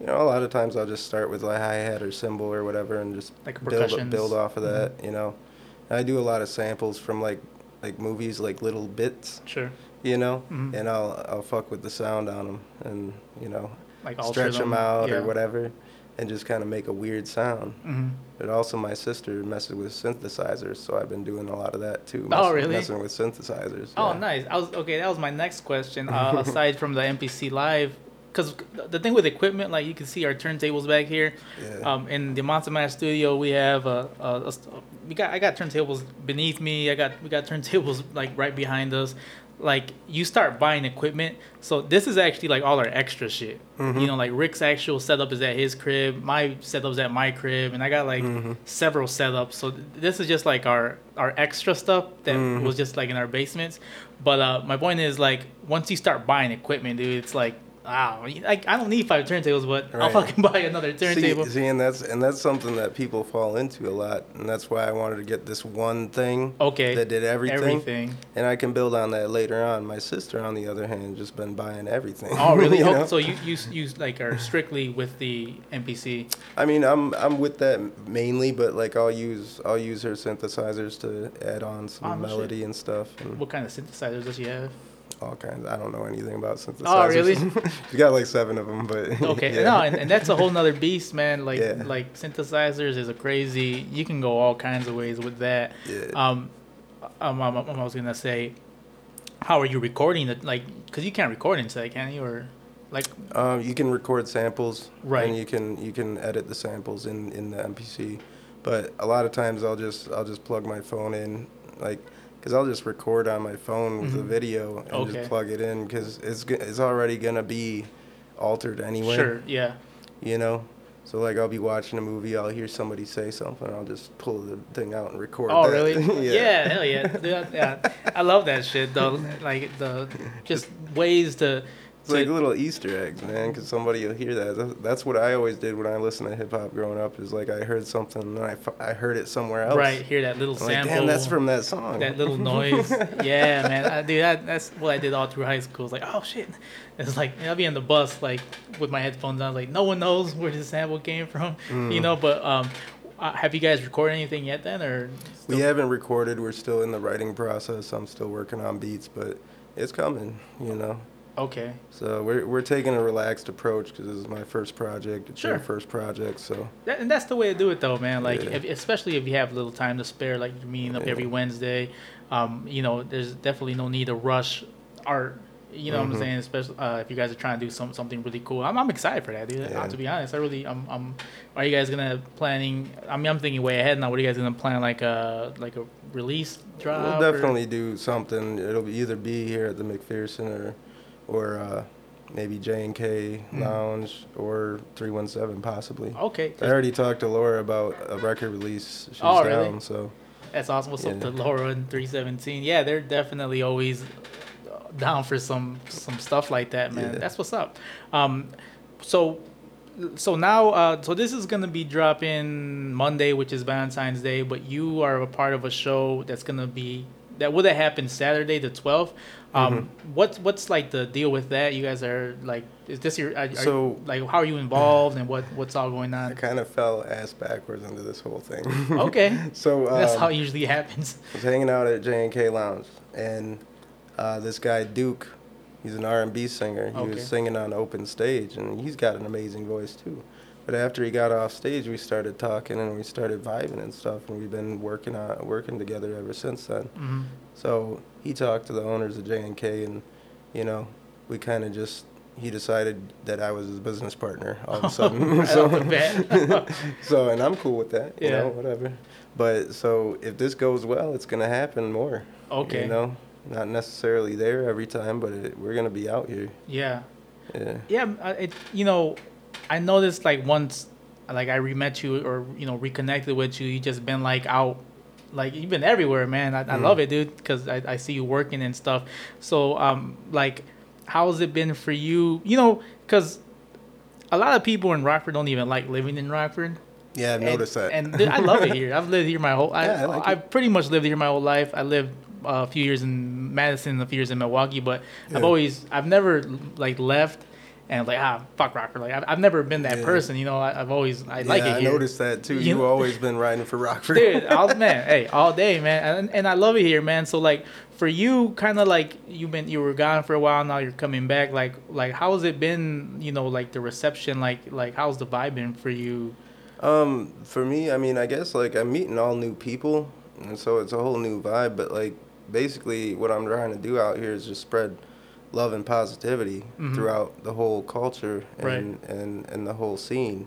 S3: You know, a lot of times I'll just start with like hi hat or cymbal or whatever, and just
S2: Like
S3: build
S2: percussions. Mm-hmm.
S3: build off of that. You know, And I do a lot of samples from like like movies, like little bits.
S2: sure.
S3: You know,
S2: Mm-hmm.
S3: and I'll I'll fuck with the sound on them, and you know,
S2: Like
S3: stretch 'em
S2: alter
S3: stretch them,
S2: them,
S3: out
S2: yeah. Mm-hmm.
S3: or whatever, and just kind of make a weird sound. But also, my sister messes with synthesizers, so I've been doing a lot of that too.
S2: Oh,
S3: mess-
S2: really?
S3: Messing with synthesizers.
S2: Oh,
S3: yeah.
S2: nice. I was okay. That was my next question. Uh, aside from the MPC live, because the thing with equipment, like you can see our turntables back here.
S3: Yeah.
S2: Um, in the Monster Mash studio, we have uh a, a s- we got I got turntables beneath me. I got we got turntables like right behind us. Like you start buying equipment, so this is actually like all our extra shit.
S3: Mm-hmm.
S2: You know, like Rick's actual setup is at his crib, my setup's at my crib, and I got like
S3: Mm-hmm.
S2: several setups. So th- this is just like our our extra stuff that
S3: Mm-hmm.
S2: was just like in our basements. But uh, my point is like once you start buying equipment, dude, it's like wow, like I don't need five turntables, but I'll
S3: Right.
S2: fucking buy another turntable.
S3: See, see, and that's and that's something that people fall into a lot, and that's why I wanted to get this one thing.
S2: Okay.
S3: That did everything.
S2: Everything.
S3: And I can build on that later on. My sister, on the other hand, just been buying everything.
S2: Oh really?
S3: you
S2: Oh,
S3: know?
S2: So you, you you like are strictly with the MPC.
S3: I mean, I'm I'm with that mainly, but like I'll use I'll use her synthesizers to add on some
S2: Oh, no shit.
S3: melody and stuff and
S2: What kind of synthesizers does she have?
S3: all kinds. I don't know anything about synthesizers.
S2: Oh, really?
S3: She's got like seven of them, but
S2: Okay,
S3: yeah.
S2: no, and, and that's a whole nother beast, man. Like
S3: Yeah.
S2: like synthesizers is a crazy. You can go all kinds of ways with that.
S3: Yeah.
S2: Um, um, um, um, I was gonna say, how are you recording it? Like, cause you can't record inside, can you? Or like,
S3: Um, you can record samples,
S2: Right.
S3: And you can you can edit the samples in in the MPC, but a lot of times I'll just I'll just plug my phone in, like, cause I'll just record on my phone with the video and
S2: Mm-hmm. Okay.
S3: just plug it in, cause it's go- it's already gonna be altered anyway.
S2: sure, yeah.
S3: You know. So like I'll be watching a movie, I'll hear somebody say something, I'll just pull the thing out and record.
S2: Oh
S3: that.
S2: really? yeah. hell yeah. Dude, yeah, I love that shit though. Like the just ways to.
S3: It's like
S2: to-
S3: little Easter eggs, man, because somebody will hear that. That's- That's what I always did when I listened to hip hop growing up. Is like I heard something and I, fu- I heard it somewhere else.
S2: Right, hear that little
S3: I'm like,
S2: sample.
S3: damn, that's from that song.
S2: that little noise. yeah, man. I, dude, that, that's what I did all through high school. It's like, oh shit. It's like I'll be on the bus like with my headphones on. Like no one knows where this sample came from,
S3: Mm.
S2: you know. But um, uh, have you guys recorded anything yet then, or
S3: we haven't recorded. We're still in the writing process. I'm still working on beats, but it's coming. You know.
S2: okay?
S3: So we're we're taking a relaxed approach because this is my first project. It's
S2: Sure.
S3: your first project, so
S2: That, and that's the way to do it, though, man. Like,
S3: Yeah.
S2: if, especially if you have little time to spare, like you're meeting up every Wednesday. Um, you know, there's definitely no need to rush art. You know
S3: Mm-hmm.
S2: what I'm saying? Especially uh, if you guys are trying to do some something really cool. I'm, I'm excited for that, dude. Uh,
S3: Yeah.
S2: to be honest, I really, I'm, I'm. Are you guys gonna planning? I mean, I'm thinking way ahead now. What are you guys gonna plan? Like a like a release drop?
S3: we'll
S2: or-
S3: definitely do something. It'll be either be here at the McPherson or, or uh, maybe J and K
S2: Hmm.
S3: Lounge or Three One Seven possibly.
S2: Okay,
S3: I already talked to Laura about a record release. She's
S2: Oh, really?
S3: down, so
S2: That's awesome. What's up to
S3: Yeah.
S2: Laura and 317? Yeah, they're definitely always down for some some stuff like that, man.
S3: Yeah.
S2: That's what's up. Um, so so now uh, so this is gonna be dropping Monday, which is Valentine's Day, but you are a part of a show that's gonna be that would have happened Saturday the 12th. Um,
S3: Mm-hmm.
S2: what's what's like the deal with that? You guys are like, is this your are, are you-
S3: So-
S2: like how are you involved and what what's all going
S3: I
S2: on?
S3: kind of fell ass backwards into this whole thing.
S2: Okay,
S3: so um,
S2: that's how it usually happens.
S3: I was hanging out at J and K Lounge, and uh, this guy Duke, he's an R and B singer. He
S2: Okay.
S3: was singing on open stage, and he's got an amazing voice too. But after he got off stage, we started talking and we started vibing and stuff, and we've been working on working together ever since then.
S2: Mhm.
S3: So he talked to the owners of J and K, and you know, we kind of just he decided that I was his business partner all of a sudden.
S2: Right
S3: so,
S2: off the bat.
S3: so and I'm cool with that. You
S2: Yeah.
S3: know, whatever. But so if this goes well, it's gonna happen more.
S2: Okay.
S3: You know, not necessarily there every time, but it, we're gonna be out here.
S2: Yeah.
S3: Yeah.
S2: Yeah, m- uh, it, you know, I noticed like once, like I remet you or you know reconnected with you, you just been like out, like you've been everywhere, man. I, I love it, dude, because I, I see you working and stuff. So um, like, how's it been for you? You know, because a lot of people in Rockford don't even like living in Rockford.
S3: Yeah, I've
S2: And-
S3: noticed that.
S2: And th- I love it here. I've lived here my whole. I,
S3: Yeah, I like
S2: I've pretty much lived here my whole life. I lived uh, a few years in Madison, a few years in Milwaukee, but I've
S3: Yeah.
S2: always, I've never like left and like ah fuck Rockford. Like I've, I've never been that
S3: Yeah.
S2: person. You know, I, I've always I like
S3: yeah,
S2: it
S3: I
S2: here.
S3: noticed that too.
S2: You-
S3: You've always been riding for Rockford.
S2: Dude, all, man, hey, all day, man, and, and I love it here, man. So like, for you, kind of like you've been, you were gone for a while, now you're coming back. Like, like, how's it been? You know, like the reception, like, like, how's the vibe been for you?
S3: Um, for me, I mean, I guess like I'm meeting all new people, and so it's a whole new vibe. But like, basically, what I'm trying to do out here is just spread love and positivity throughout the whole culture and and, and the whole scene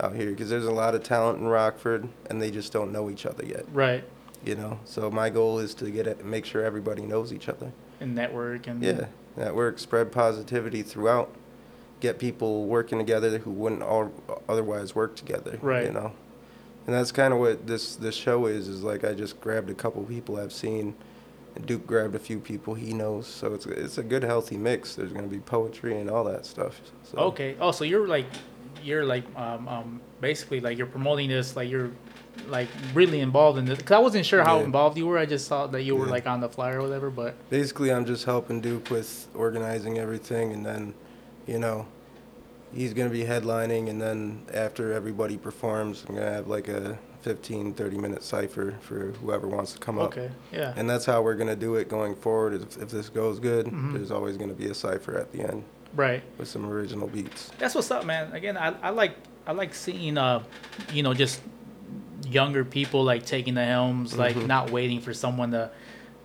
S3: out here because there's a lot of talent in Rockford, and they just don't know each other yet.
S2: Right.
S3: You know, so my goal is to get it, make sure everybody knows each other.
S2: and network and
S3: Yeah, network, spread positivity throughout, get people working together who wouldn't all otherwise work together.
S2: Right.
S3: You know, and that's kind of what this this show is. Is like I just grabbed a couple people I've seen Duke grabbed a few people he knows, so it's it's a good healthy mix. There's gonna be poetry and all that stuff. So.
S2: Okay. Oh, so you're like, you're like, um, um, basically like you're promoting this, like you're, like really involved in this. Cause I wasn't sure how
S3: Yeah.
S2: involved you were. I just saw that you were
S3: Yeah.
S2: like on the flyer or whatever. But
S3: Basically, I'm just helping Duke with organizing everything, and then, you know, he's gonna be headlining, and then after everybody performs, I'm gonna have like a 15, 30 minute cipher for whoever wants to come up.
S2: okay, yeah.
S3: And that's how we're gonna do it going forward. If, if this goes good, there's always gonna be a cipher at the end
S2: right.
S3: with some original beats.
S2: That's what's up, man. Again, I, I like I like seeing uh, you know, just younger people like taking the helms, like
S3: Mm-hmm.
S2: not waiting for someone to,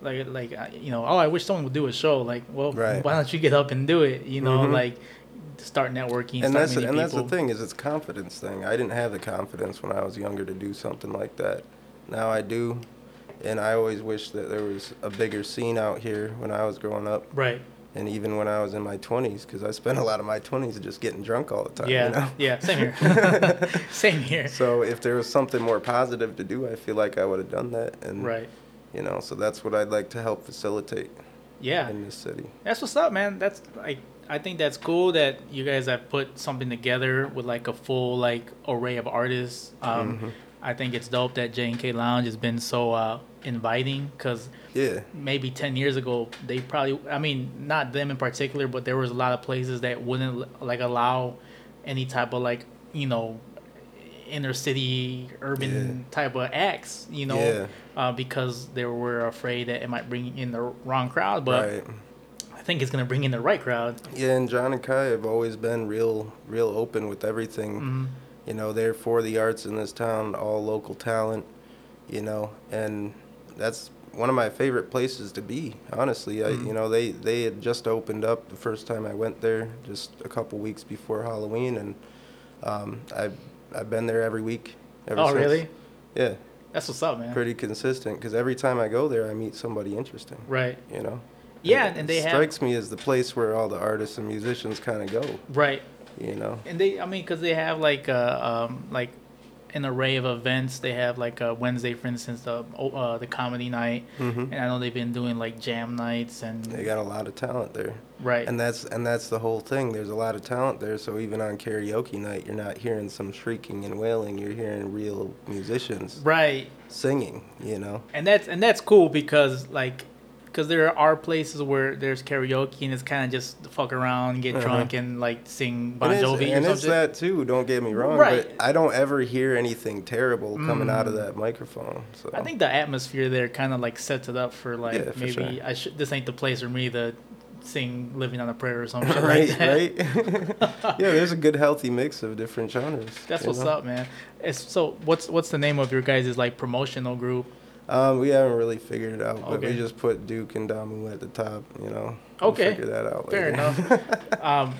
S2: like like uh, you know, oh, I wish someone would do a show. Like, well,
S3: Right. Mm-hmm.
S2: why don't you get up and do it? You know, like start networking, start
S3: and that's
S2: meeting
S3: and that's
S2: people.
S3: the thing is it's confidence thing. I didn't have the confidence when I was younger to do something like that. Now I do, and I always wish that there was a bigger scene out here when I was growing up,
S2: Right.
S3: and even when I was in my twenties, because I spent a lot of my twenties just getting drunk all the time.
S2: Yeah.
S3: You know?
S2: Yeah. Same here. same here.
S3: So if there was something more positive to do, I feel like I would have done that. And
S2: Right.
S3: you know, so that's what I'd like to help facilitate
S2: Yeah.
S3: in this city.
S2: That's what's up, man. That's like I think that's cool that you guys have put something together with like a full like array of artists. Um,
S3: Mm-hmm.
S2: I think it's dope that J and K Lounge has been so uh, inviting because
S3: Yeah.
S2: maybe ten years ago they probably I mean not them in particular, but there was a lot of places that wouldn't like allow any type of like you know inner city urban type of acts, you know,
S3: Yeah.
S2: uh, because they were afraid that it might bring in the wrong crowd, but.
S3: right.
S2: I think it's gonna bring in the right crowd.
S3: Yeah, and John and Kai have always been real, real open with everything.
S2: Mm-hmm.
S3: You know, they're for the arts in this town, all local talent. You know, and that's one of my favorite places to be. Honestly,
S2: Mm-hmm.
S3: I, you know, they they had just opened up the first time I went there, just a couple weeks before Halloween, and um, I've I've been there every week. Ever
S2: Oh,
S3: since.
S2: really?
S3: Yeah,
S2: That's what's up, man.
S3: pretty consistent. Because every time I go there, I meet somebody interesting.
S2: Right.
S3: You know.
S2: Yeah,
S3: it
S2: and they have-
S3: strikes me as the place where all the artists and musicians kind of go
S2: Right.
S3: you know
S2: And they, I mean, because they have like uh, um, like an array of events. They have like uh, Wednesday, for instance, the oh, uh, the comedy night, and I know they've been doing like jam nights and
S3: Mm-hmm. they got a lot of talent there
S2: right.
S3: and that's and that's the whole thing there's a lot of talent there so even on karaoke night you're not hearing some shrieking and wailing you're hearing real musicians
S2: right.
S3: singing you know
S2: and that's and that's cool because like because there are places where there's karaoke and it's kind of just fuck around, get drunk, and like sing Bon
S3: Uh-huh. and
S2: Jovi
S3: it's,
S2: or
S3: and it's
S2: something.
S3: that too don't get me wrong
S2: Right. Mm.
S3: but i don't ever hear anything terrible coming out of that microphone so
S2: I think the atmosphere there kind of like sets it up for like
S3: Yeah, for
S2: maybe
S3: sure.
S2: I should. This ain't the place for me to sing "Living on a Prayer" or something
S3: right
S2: like that.
S3: right yeah there's a good healthy mix of different genres
S2: That's
S3: you
S2: what's
S3: know?
S2: up, man. It's, so what's what's the name of your guys' like promotional group?
S3: Um, we haven't really figured it out, but
S2: Okay.
S3: we just put Duke and Damu at the top. You know.
S2: Okay.
S3: We'll figure that out.
S2: Fair
S3: later.
S2: enough. um,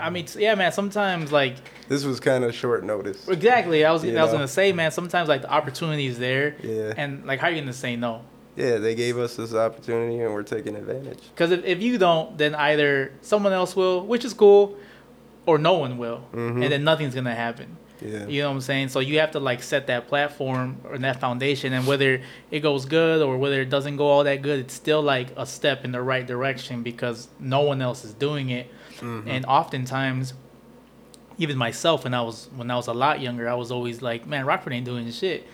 S2: I mean, yeah, man. Sometimes like
S3: this was kind of short notice.
S2: exactly. I was
S3: You
S2: I was
S3: know.
S2: gonna say, man. Sometimes like the opportunity is there,
S3: Yeah.
S2: and like how you gonna say no?
S3: Yeah, they gave us this opportunity, and we're taking advantage.
S2: Because if, if you don't, then either someone else will, which is cool, or no one will,
S3: Mm-hmm.
S2: and then nothing's gonna happen.
S3: Yeah.
S2: You know what I'm saying? So you have to like set that platform or that foundation, and whether it goes good or whether it doesn't go all that good, it's still like a step in the right direction because no one else is doing it. And oftentimes, even myself when I was when I was a lot younger, I was always like, man, Rockford ain't doing shit.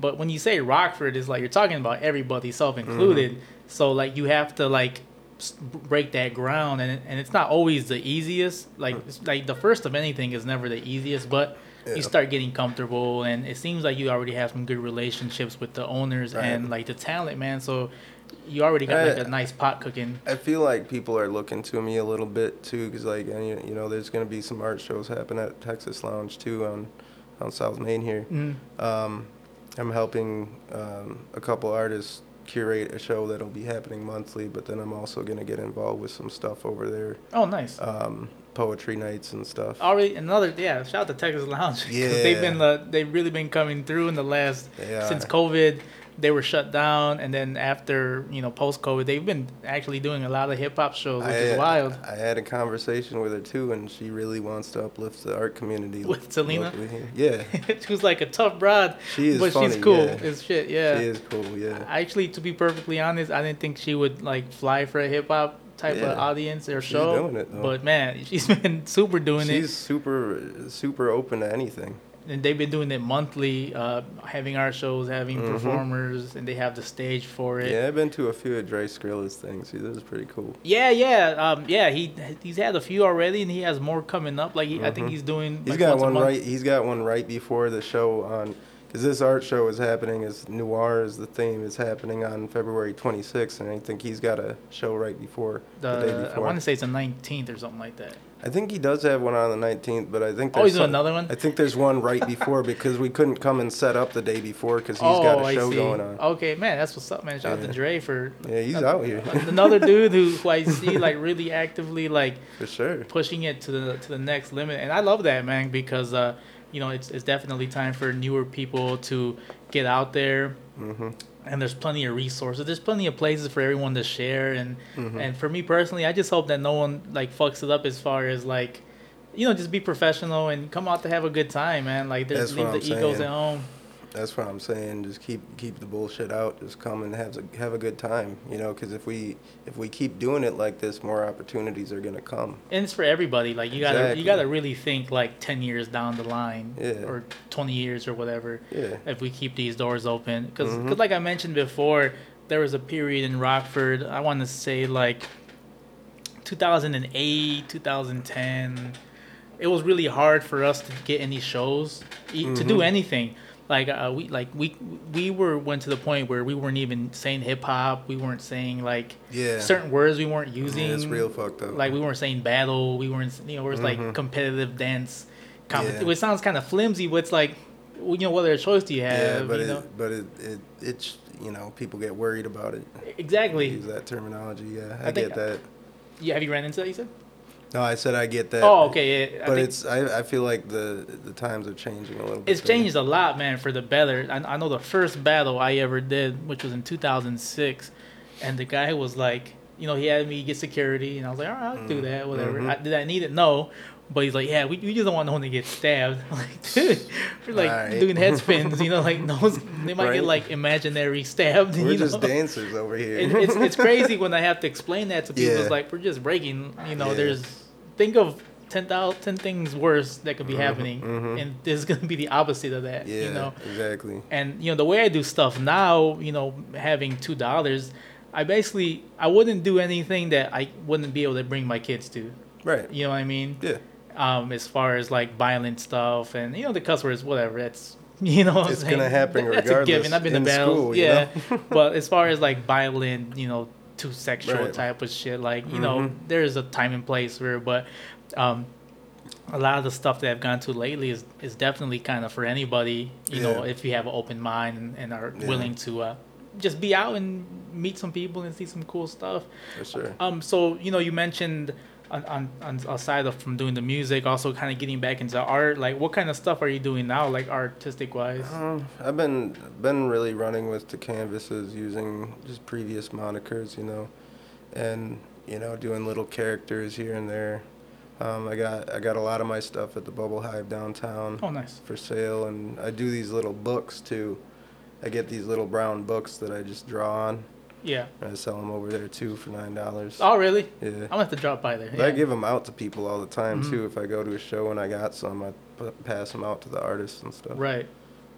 S2: But when you say Rockford, it's like you're talking about everybody, self included.
S3: Mm-hmm.
S2: So like you have to like s- break that ground, and and it's not always the easiest. Like it's- like the first of anything is never the easiest, but
S3: Mm. Yeah.
S2: you start getting comfortable, and it seems like you already have some good relationships with the owners
S3: Right.
S2: and like the talent, man. So you already got like
S3: Uh,
S2: a nice pot cooking.
S3: I feel like people are looking to me a little bit too, because like and you you know, there's gonna be some art shows happening at Texas Lounge too on on South Main here.
S2: Mm.
S3: Um, I'm helping um, a couple artists curate a show that'll be happening monthly, but then I'm also gonna get involved with some stuff over there.
S2: Oh, nice.
S3: um, poetry nights and stuff.
S2: already another yeah shout out to texas lounge 'cause they've been
S3: Yeah.
S2: the, they've really been coming through in the last
S3: They
S2: since
S3: are.
S2: covid they were shut down, and then after you know post COVID, they've been actually doing a lot of hip hop shows, which
S3: I, uh,
S2: is wild.
S3: I had a conversation with her too, and she really wants to uplift the art community.
S2: With Selena?
S3: locally here. Yeah,
S2: she's like a tough broad,
S3: She is
S2: but
S3: funny,
S2: she's cool
S3: yeah.
S2: as shit. Yeah,
S3: she is cool. Yeah,
S2: actually, to be perfectly honest, I didn't think she would like fly for a hip hop type
S3: Yeah.
S2: of audience or
S3: She's
S2: show.
S3: doing it, though.
S2: But man, she's been super doing it.
S3: she's super super open to anything.
S2: and they've been doing it monthly, uh, having our shows, having performers, and they have the stage for it.
S3: Mm-hmm. Yeah, I've been to a few of Dre Skrilla's things. He- This is pretty cool.
S2: Yeah, yeah, um, yeah. He he's had a few already, and he has more coming up. Like he, I think he's doing.
S3: Mm-hmm. He's
S2: like,
S3: got
S2: once a
S3: one
S2: month.
S3: right. He's got one right before the show on, because this art show is happening. Is noir is the theme. It's happening on February 26th, and I think he's got a show right before the, day
S2: The, I
S3: before.
S2: want to say it's the nineteenth or something like that.
S3: I think he does have one on the 19th, but I think
S2: Oh, he's
S3: there's
S2: doing
S3: some-
S2: another one?
S3: I think there's one right before because we couldn't come and set up the day before because he's
S2: oh,
S3: got a
S2: I
S3: show
S2: see.
S3: going on.
S2: Okay, man, that's what's up, man. Shout out to
S3: Yeah.
S2: Dre for
S3: Yeah, he's out here
S2: another dude who, who I see like really actively like
S3: for sure.
S2: pushing it to the to the next limit, and I love that, man, because uh, you know it's it's definitely time for newer people to get out there.
S3: hmm
S2: and there's plenty of resources. There's plenty of places for everyone to share, and
S3: Mm-hmm.
S2: and for me personally, I just hope that no one like fucks it up as far as like, you know, just be professional and come out to have a good time, man. Like, there's
S3: That's what
S2: leave the
S3: I'm
S2: egos at
S3: saying.
S2: home.
S3: That's what I'm saying. Just keep keep the bullshit out. Just come and have a, have a good time, you know. Because if we if we keep doing it like this, more opportunities are gonna come.
S2: and it's for everybody. Like you gotta
S3: Exactly.
S2: you gotta really think like ten years down the line,
S3: Yeah.
S2: or twenty years or whatever.
S3: Yeah. Mm-hmm.
S2: If we keep these doors open, because like I mentioned before, there was a period in Rockford. I want to say like 2008, 2010. It was really hard for us to get any shows, e- to
S3: Mm-hmm.
S2: do anything. Like uh, we like we we were went to the point where we weren't even saying hip hop. We weren't saying like
S3: Yeah.
S2: certain words we weren't using.
S3: Yeah, it's real fucked up.
S2: Like we weren't saying battle, we weren't you know, it was like competitive dance. Compet-
S3: Mm-hmm. Yeah.
S2: Which sounds kind of flimsy, but it's like well, you know, what other choice do you have?
S3: yeah, but
S2: you know?
S3: it, but it, it it's you know people get worried about it.
S2: exactly.
S3: Use that terminology. Yeah, I,
S2: I think-
S3: get that.
S2: Yeah, have you ran into that? You said?
S3: No, I said I get that.
S2: oh, okay. Yeah, I
S3: But
S2: think
S3: it's I, I feel like the the times are changing a little bit.
S2: it's changed a lot, man, for the better. I, I know the first battle I ever did, which was in 2006, and the guy was like, you know, he had me get security, and I was like, all right, I'll
S3: Mm-hmm.
S2: do that, whatever. I, did I need it? No. But he's like, yeah, we, we just don't want no one to get stabbed. I'm like, dude, we're like
S3: Alright.
S2: doing head spins, you know, like no one's, they might get
S3: Right.
S2: like imaginary stabbed.
S3: We're
S2: you
S3: just
S2: know?
S3: dancers over here.
S2: It, it's it's crazy when I have to explain that to people.
S3: Yeah.
S2: It's like we're just breaking. You know,
S3: Yeah.
S2: there's think of 10, thou- 10 things worse that could be happening, and this is gonna be the opposite of that.
S3: Mm-hmm. yeah,
S2: You know,
S3: exactly.
S2: and you know the way I do stuff now, you know, having two dollars, I basically I wouldn't do anything that I wouldn't be able to bring my kids to.
S3: Right.
S2: You know what I mean?
S3: Yeah.
S2: Um, as far as like violent stuff and you know the cuss words, whatever. That's you know what
S3: It's
S2: I'm saying?
S3: gonna happen
S2: Th-
S3: regardless
S2: I've been to
S3: in
S2: battles,
S3: school, you
S2: yeah. but as far as like violent, you know, too sexual
S3: Right. Mm-hmm.
S2: type of shit, like you know, there is a time and place where, but um, a lot of the stuff that I've gone to lately is is definitely kind of for anybody. You know,
S3: Yeah.
S2: if you have an open mind and, and are
S3: Yeah.
S2: willing to uh, just be out and meet some people and see some cool stuff.
S3: For sure.
S2: Um, so you know, you mentioned on on, on aside of from doing the music, also kind of getting back into art. Like, what kind of stuff are you doing now, like artistic wise?
S3: Um, I've been been really running with the canvases using just previous monikers, you know, and you know doing little characters here and there. Um, I got I got a lot of my stuff at the Bubble Hive downtown
S2: Oh, nice.
S3: for sale, and I do these little books too. I get these little brown books that I just draw on,
S2: Yeah.
S3: and I sell them over there too for nine dollars.
S2: Oh, really?
S3: Yeah.
S2: I'm gonna have to drop by there.
S3: But I
S2: Yeah. Mm-hmm.
S3: give them out to people all the time too. If I go to a show and I got some, I p- pass them out to the artists and stuff.
S2: Right.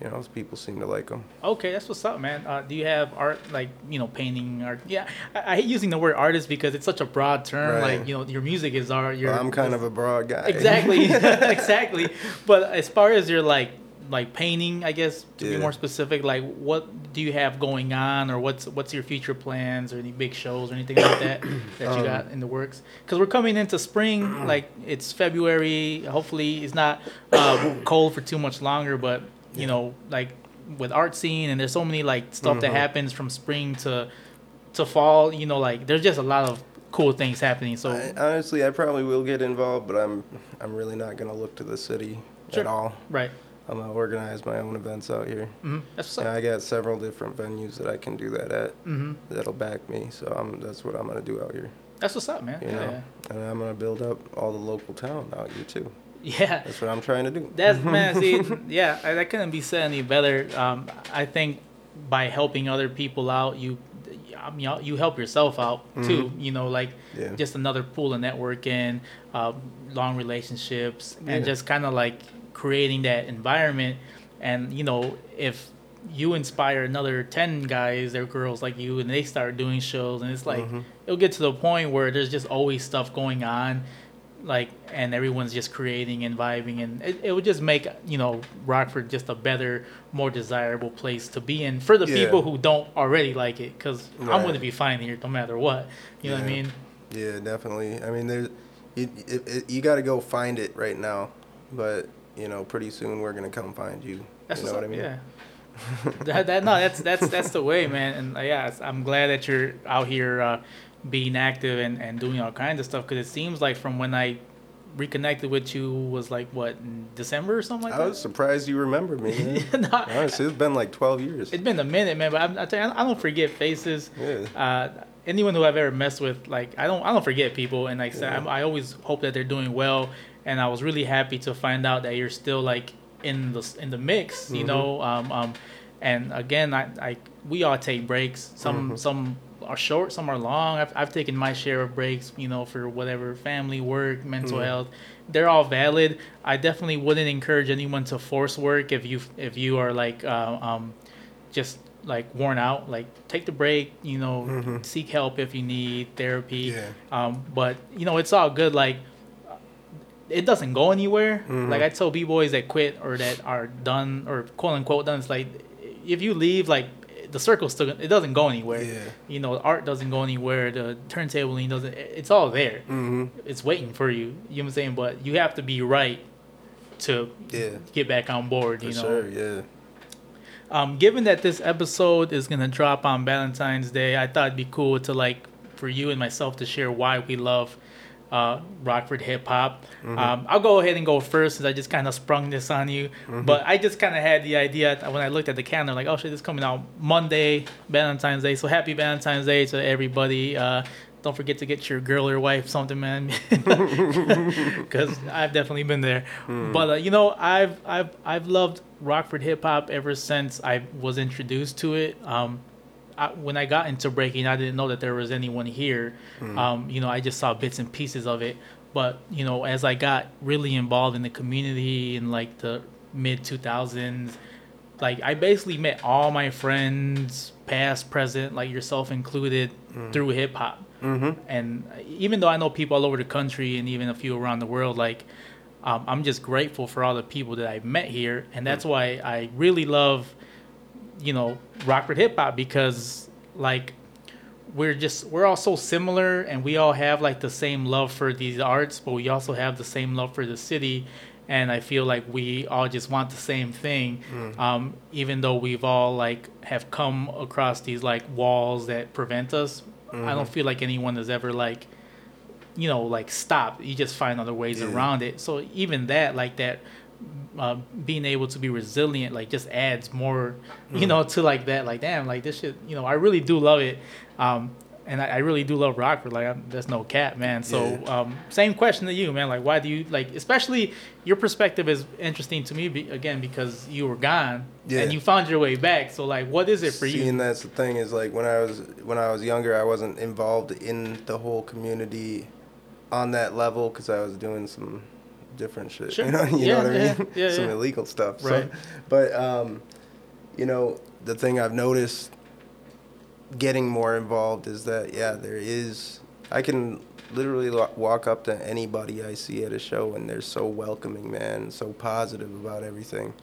S3: You know, 'cause people seem to like them.
S2: Okay, that's what's up, man. Uh, do you have art, like you know, painting art? Yeah, I, I hate using the word artist because it's such a broad term.
S3: Right.
S2: Like you know, your music is art. Your
S3: Well, I'm kind of a broad guy.
S2: exactly, exactly. But as far as your like like painting, I guess to be
S3: Yeah.
S2: more specific, like what do you have going on, or what's what's your future plans, or any big shows, or anything like that that
S3: Um,
S2: you got in the works? Because we're coming into spring, like it's February. Hopefully, it's not uh, cold for too much longer, but you know, like with art scene, and there's so many like stuff
S3: Mm-hmm.
S2: that happens from spring to to fall. You know, like there's just a lot of cool things happening. So
S3: I, honestly, I probably will get involved, but I'm I'm really not gonna look to the city
S2: Sure.
S3: at all.
S2: right. Mm-hmm.
S3: I'm gonna organize my own events out here.
S2: That's what's
S3: And
S2: up. Mm-hmm.
S3: I got several different venues that I can do that at
S2: Mm.
S3: that'll back me. So I'm, that's what I'm gonna do out here.
S2: That's what's up, man.
S3: You know, and I'm gonna build up all the local talent out here too.
S2: Yeah. yeah.
S3: That's what I'm trying to do.
S2: That's man. See, yeah, I- that couldn't be said any better. Um, I think by helping other people out, you, I mean, y'all- you help yourself out too. You know, like
S3: Mm-hmm. Yeah.
S2: just another pool of networking, uh, long relationships,
S3: Yeah.
S2: and just kind of like creating that environment. And you know, if you inspire another ten guys or girls like you, and they start doing shows, and it's like
S3: Mm-hmm.
S2: it'll get to the point where there's just always stuff going on like and everyone's just creating and vibing and it, it would just make you know rockford just a better more desirable place to be in for the
S3: Yeah.
S2: people who don't already like it because i'm
S3: Right.
S2: going to be fine here no matter what you know what i
S3: Yeah.
S2: mean
S3: Yeah, definitely. I mean, there's you, it, it, you got to go find it right now, but you know, pretty soon we're gonna come find you.
S2: that's
S3: you know
S2: what's
S3: what
S2: up,
S3: I
S2: yeah
S3: mean?
S2: that, that no that's that's that's the way man and uh, yeah it's- i'm glad that you're out here uh, being active and and doing all kinds of stuff because it seems like from when i reconnected with you was like what in december or something like
S3: I
S2: that
S3: was surprised you remember me. man.
S2: No,
S3: Honestly, it's been like 12 years.
S2: it's been a minute, man. But I'm, I tell you, I don't forget faces.
S3: Yeah.
S2: Uh, anyone who I've ever messed with, like I don't, I don't forget people, and like I said, I'm, I always hope that they're doing well. And I was really happy to find out that you're still like in the in the mix, you know. Um, um, and again, I, I we all take breaks. Some some are short, some are long. I've, I've taken my share of breaks, you know, for whatever family, work, mental health. They're all valid. I definitely wouldn't encourage anyone to force work if you if you are like uh, um, just like worn out like take the break you know seek help if you need therapy
S3: Mm-hmm. Yeah.
S2: um, but you know it's all good like it doesn't go anywhere
S3: Mm-hmm.
S2: like i tell b-boys that quit or that are done or quote unquote done it's like if you leave like the circle still it doesn't go anywhere
S3: Yeah.
S2: you know art doesn't go anywhere the turntabling doesn't it- it's all there
S3: Mm-hmm.
S2: it's waiting for you you know what i'm saying but you have to be right to
S3: Yeah.
S2: get back on board
S3: For
S2: you know
S3: sure, yeah.
S2: um, given that this episode is gonna drop on Valentine's Day, I thought it'd be cool to like for you and myself to share why we love uh, Rockford hip hop. Um, I'll go ahead and go first since I just kind of sprung this on you. But I just kind of had the idea when I looked at the calendar, like, oh shit, this coming out Monday, Valentine's Day. So happy Valentine's Day to everybody. Uh, don't forget to get your girl or wife something, man. because I've definitely been there. But uh, you know, I've I've I've loved Rockford hip hop ever since I was introduced to it. Um, I, when I got into breaking, I didn't know that there was anyone here. Um, you know, I just saw bits and pieces of it. But you know, as I got really involved in the community in like the mid two thousands, like I basically met all my friends, past, present, like yourself included, through hip hop. Mm-hmm. And even though I know people all over the country and even a few around the world, like um, I'm just grateful for all the people that I met here, and that's why I really love, you know, Rockford hip hop because like we're just we're all so similar and we all have like the same love for these arts but we also have the same love for the city and i feel like we all just want the same thing um, even though we've all like have come across these like walls that prevent us i don't feel like anyone has ever like you know like stopped you just find other ways
S3: Yeah.
S2: around it so even that like that uh, being able to be resilient like just adds more you
S3: Mm.
S2: know to like that like damn like this shit you know i really do love it um and i, I really do love rockford like I'm, that's no cap man so um same question to you man like why do you like especially your perspective is interesting to me be, again because you were gone
S3: Yeah.
S2: and you found your way back so like what is it for
S3: See,
S2: you
S3: and that's the thing is like when I was when I was younger, I wasn't involved in the whole community on that level because I was doing some different shit.
S2: Sure.
S3: You know, you
S2: Yeah,
S3: know what I
S2: yeah,
S3: mean?
S2: yeah,
S3: some
S2: yeah.
S3: illegal stuff.
S2: Right.
S3: So, but um, you know, the thing I've noticed getting more involved is that yeah, there is I can literally lo- walk up to anybody I see at a show and they're so welcoming, man, so positive about everything.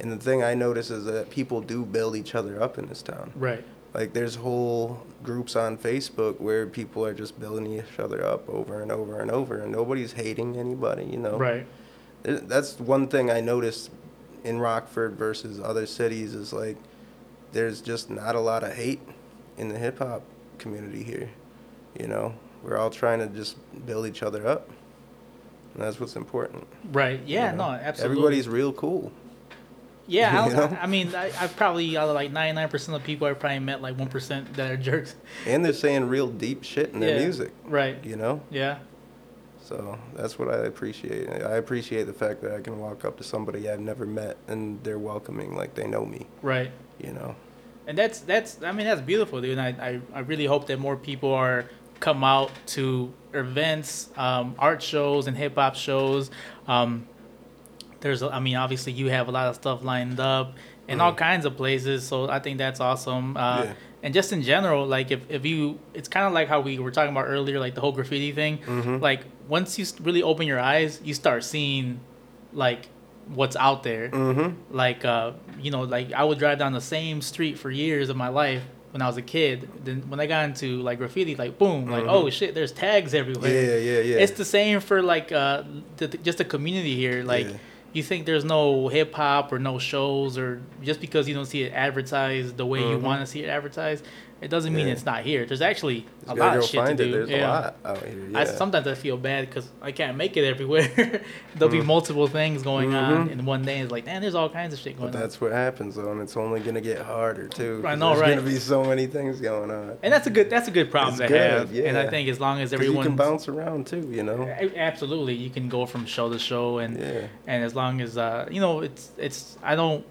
S3: And the thing I notice is that people do build each other up in this town.
S2: right
S3: Like there's whole groups on Facebook where people are just building each other up over and over and over, and nobody's hating anybody, you know.
S2: right
S3: There- That's one thing I noticed in Rockford versus other cities is like there's just not a lot of hate in the hip hop community here. You know, we're all trying to just build each other up, and that's what's important.
S2: right yeah
S3: you
S2: no
S3: know?
S2: absolutely
S3: Everybody's real cool.
S2: Yeah, I,
S3: You know?
S2: I mean, I, I probably out of like ninety nine percent of people I've probably met like one percent that are jerks.
S3: and they're saying real deep shit in their
S2: Yeah,
S3: music.
S2: Right.
S3: You know,
S2: Yeah.
S3: so that's what I appreciate. I appreciate the fact that I can walk up to somebody I've never met and they're welcoming, like they know me.
S2: Right.
S3: You know,
S2: And that's that's I mean that's beautiful, dude. And I, I, I really hope that more people are come out to events, um, art shows, and hip hop shows. Um, there's a- I mean obviously you have a lot of stuff lined up in all kinds of places, so I think that's awesome. Uh,
S3: Yeah.
S2: And just in general, like if, if you, it's kind of like how we were talking about earlier, like the whole graffiti thing. Like once you s- really open your eyes, you start seeing like what's out there like uh, you know like i would drive down the same street for years of my life when i was a kid then when i got into like graffiti like boom like oh shit there's tags everywhere
S3: Mm-hmm. Yeah, yeah, yeah.
S2: it's the same for like uh the, the- just the community here like
S3: Yeah.
S2: you think there's no hip-hop or no shows or just because you don't see it advertised the way you want to see it advertised it doesn't mean
S3: Mm-hmm. Yeah.
S2: it's not here there's actually a
S3: You gotta
S2: lot of
S3: go
S2: shit to
S3: find it.
S2: do
S3: There's
S2: yeah.
S3: a lot out here. Yeah.
S2: I, sometimes I feel bad because I can't make it everywhere. There'll
S3: Mm-hmm.
S2: be multiple things going on in one day. It's like, man, there's all kinds of shit going on.
S3: That's what happens though, and it's only gonna get harder too. 'cause
S2: I know,
S3: There's
S2: right?
S3: gonna be so many things going on.
S2: and that's a good that's a good problem
S3: It's
S2: to
S3: good,
S2: have. And I
S3: yeah.
S2: think as long as
S3: 'Cause you can
S2: everyone
S3: bounce around too, you know.
S2: absolutely you can go from show to show and
S3: Yeah.
S2: and as long as uh you know it's it's I don't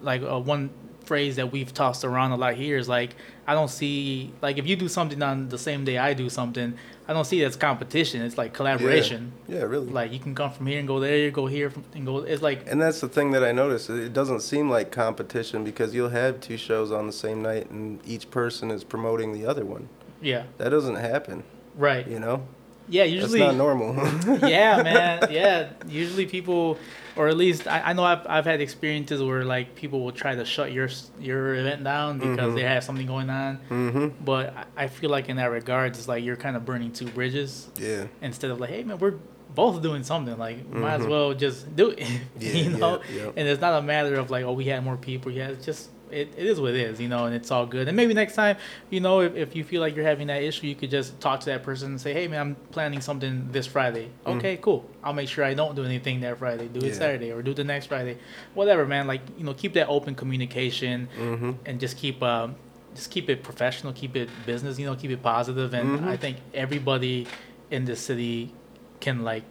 S2: like uh, one phrase that we've tossed around a lot here is like I don't see like if you do something on the same day I do something I don't see it as competition. It's like collaboration.
S3: Yeah, really.
S2: Like you can come from here and go there, go here from, and go. It's like
S3: And that's the thing that I noticed. It doesn't seem like competition because you'll have two shows on the same night, and each person is promoting the other one.
S2: yeah,
S3: That doesn't happen,
S2: right.
S3: you know.
S2: Yeah,
S3: That's
S2: usually.
S3: not normal.
S2: yeah, man. Yeah, usually people, or at least I, I know I've, I've had experiences where like people will try to shut your s- your event down because they have something going on. Mm-hmm. But I, I feel like in that regard, it's like you're kind of burning two bridges
S3: yeah.
S2: instead of like, hey man, we're both doing something. Like, might as well just do it.
S3: Mm-hmm. Yeah,
S2: you know.
S3: yeah, yeah.
S2: And it's not a matter of like, oh, we had more people. Yeah, it's just it, it is what it is, you know, and it's all good. And maybe next time, you know, if, if you feel like you're having that issue, you could just talk to that person and say, hey man, I'm planning something this Friday. Okay, cool. I'll make sure I don't do anything that Friday. Do it
S3: Mm-hmm. Yeah.
S2: Saturday or do it the next Friday, whatever, man. Like you know, keep that open communication
S3: Mm-hmm.
S2: and just keep. Um, just keep it professional, keep it business, you know, keep it positive, and
S3: Mm-hmm.
S2: I think everybody in the city can like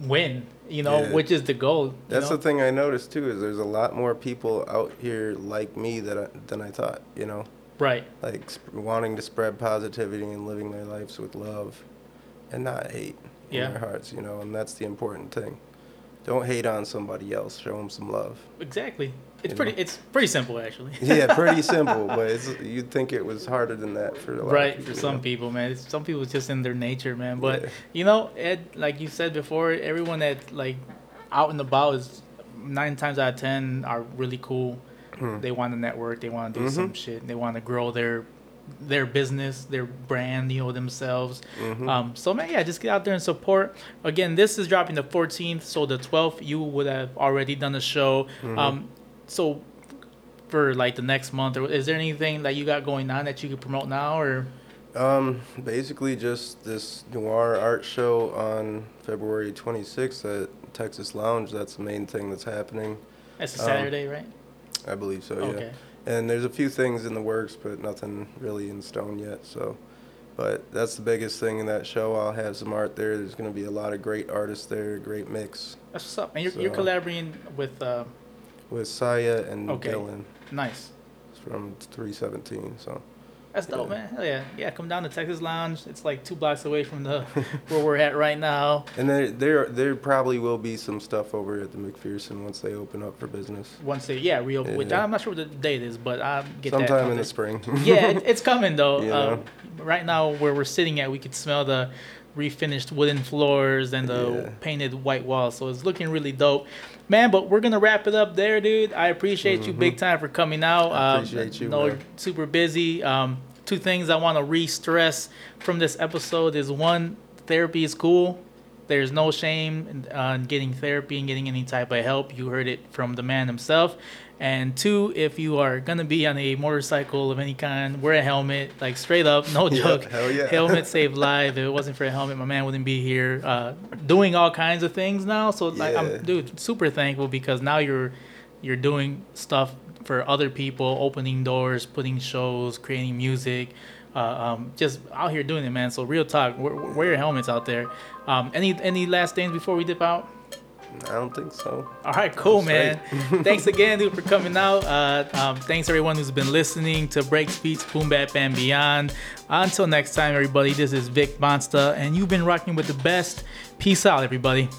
S2: win, you know,
S3: Yeah.
S2: which is the goal. you
S3: That's
S2: know?
S3: the thing I noticed too is there's a lot more people out here like me that I, than I thought, you know.
S2: right,
S3: like sp- wanting to spread positivity and living their lives with love and not hate
S2: Yeah.
S3: in their hearts, you know, and that's the important thing. Don't hate on somebody else, show them some love.
S2: exactly. It's
S3: You
S2: pretty.
S3: know?
S2: It's pretty simple actually.
S3: Yeah, pretty simple, but it's, you'd think it was harder than that for a lot
S2: right
S3: of people.
S2: for
S3: you
S2: some
S3: know?
S2: people, man. It's, some people it's just in their nature, man. But
S3: Yeah.
S2: you know, Ed, like you said before, everyone that like out and about is nine times out of ten are really cool.
S3: Hmm.
S2: They want to network. They want to
S3: Mm-hmm.
S2: do some shit. They want to grow their their business, their brand, you know, themselves.
S3: Mm-hmm.
S2: Um, so man, yeah, just get out there and support. Again, this is dropping the 14th, so the 12th you would have already done a show.
S3: Mm-hmm.
S2: Um, so for like the next month, or is there anything that you got going on that you could promote now, or
S3: Um, basically just this noir art show on February 26th at Texas Lounge. That's the main thing that's happening.
S2: that's a
S3: Um,
S2: Saturday, right?
S3: I believe so, yeah.
S2: Okay.
S3: And there's a few things in the works, but nothing really in stone yet. So, but that's the biggest thing in that show. I'll have some art there. There's going to be a lot of great artists there, great mix
S2: That's what's up, and you're, you're
S3: so-
S2: collaborating with uh,
S3: with Saya and
S2: Okay.
S3: Dylan
S2: Nice.
S3: from 317. So,
S2: That's dope,
S3: Yeah.
S2: man. Hell yeah, yeah. Come down to Texas Lounge. It's like two blocks away from the where we're at right now.
S3: and there, there, there probably will be some stuff over at the McPherson once they open up for business.
S2: Once they yeah reopen, which
S3: Yeah.
S2: I'm not sure what the date is, but I get that.
S3: Sometime in
S2: from
S3: the
S2: the-
S3: spring.
S2: yeah, it, it's coming though.
S3: You
S2: Uh,
S3: know?
S2: right now, where we're sitting at, we could smell the refinished wooden floors and the
S3: Yeah.
S2: painted white walls. So it's looking really dope, man. But we're gonna wrap it up there, dude. I appreciate
S3: Mm-hmm.
S2: you big time for coming out.
S3: I
S2: Um,
S3: appreciate you,
S2: know
S3: man.
S2: you're super busy. Um, two things I want to re-stress from this episode is one, therapy is cool. There's no shame in, uh, in getting therapy and getting any type of help. You heard it from the man himself. And two, if you are gonna be on a motorcycle of any kind, wear a helmet, like straight up, no
S3: Yeah,
S2: joke.
S3: hell yeah.
S2: Helmet save lives. If it wasn't for a helmet, my man wouldn't be here, uh, doing all kinds of things now. So like,
S3: Yeah.
S2: I'm dude, super thankful because now you're You're doing stuff for other people, opening doors, putting shows, creating music, uh, um, just out here doing it, man. So real talk, wear, wear your helmets out there. Um, any any last things before we dip out?
S3: I don't think so.
S2: All right, cool, man.
S3: That's
S2: thanks again, dude, for coming out. Uh, um, thanks everyone who's been listening to Break Speech, Boom Bap, and Beyond. Until next time, everybody. This is Vic Bonsta, and you've been rocking with the best. Peace out, everybody.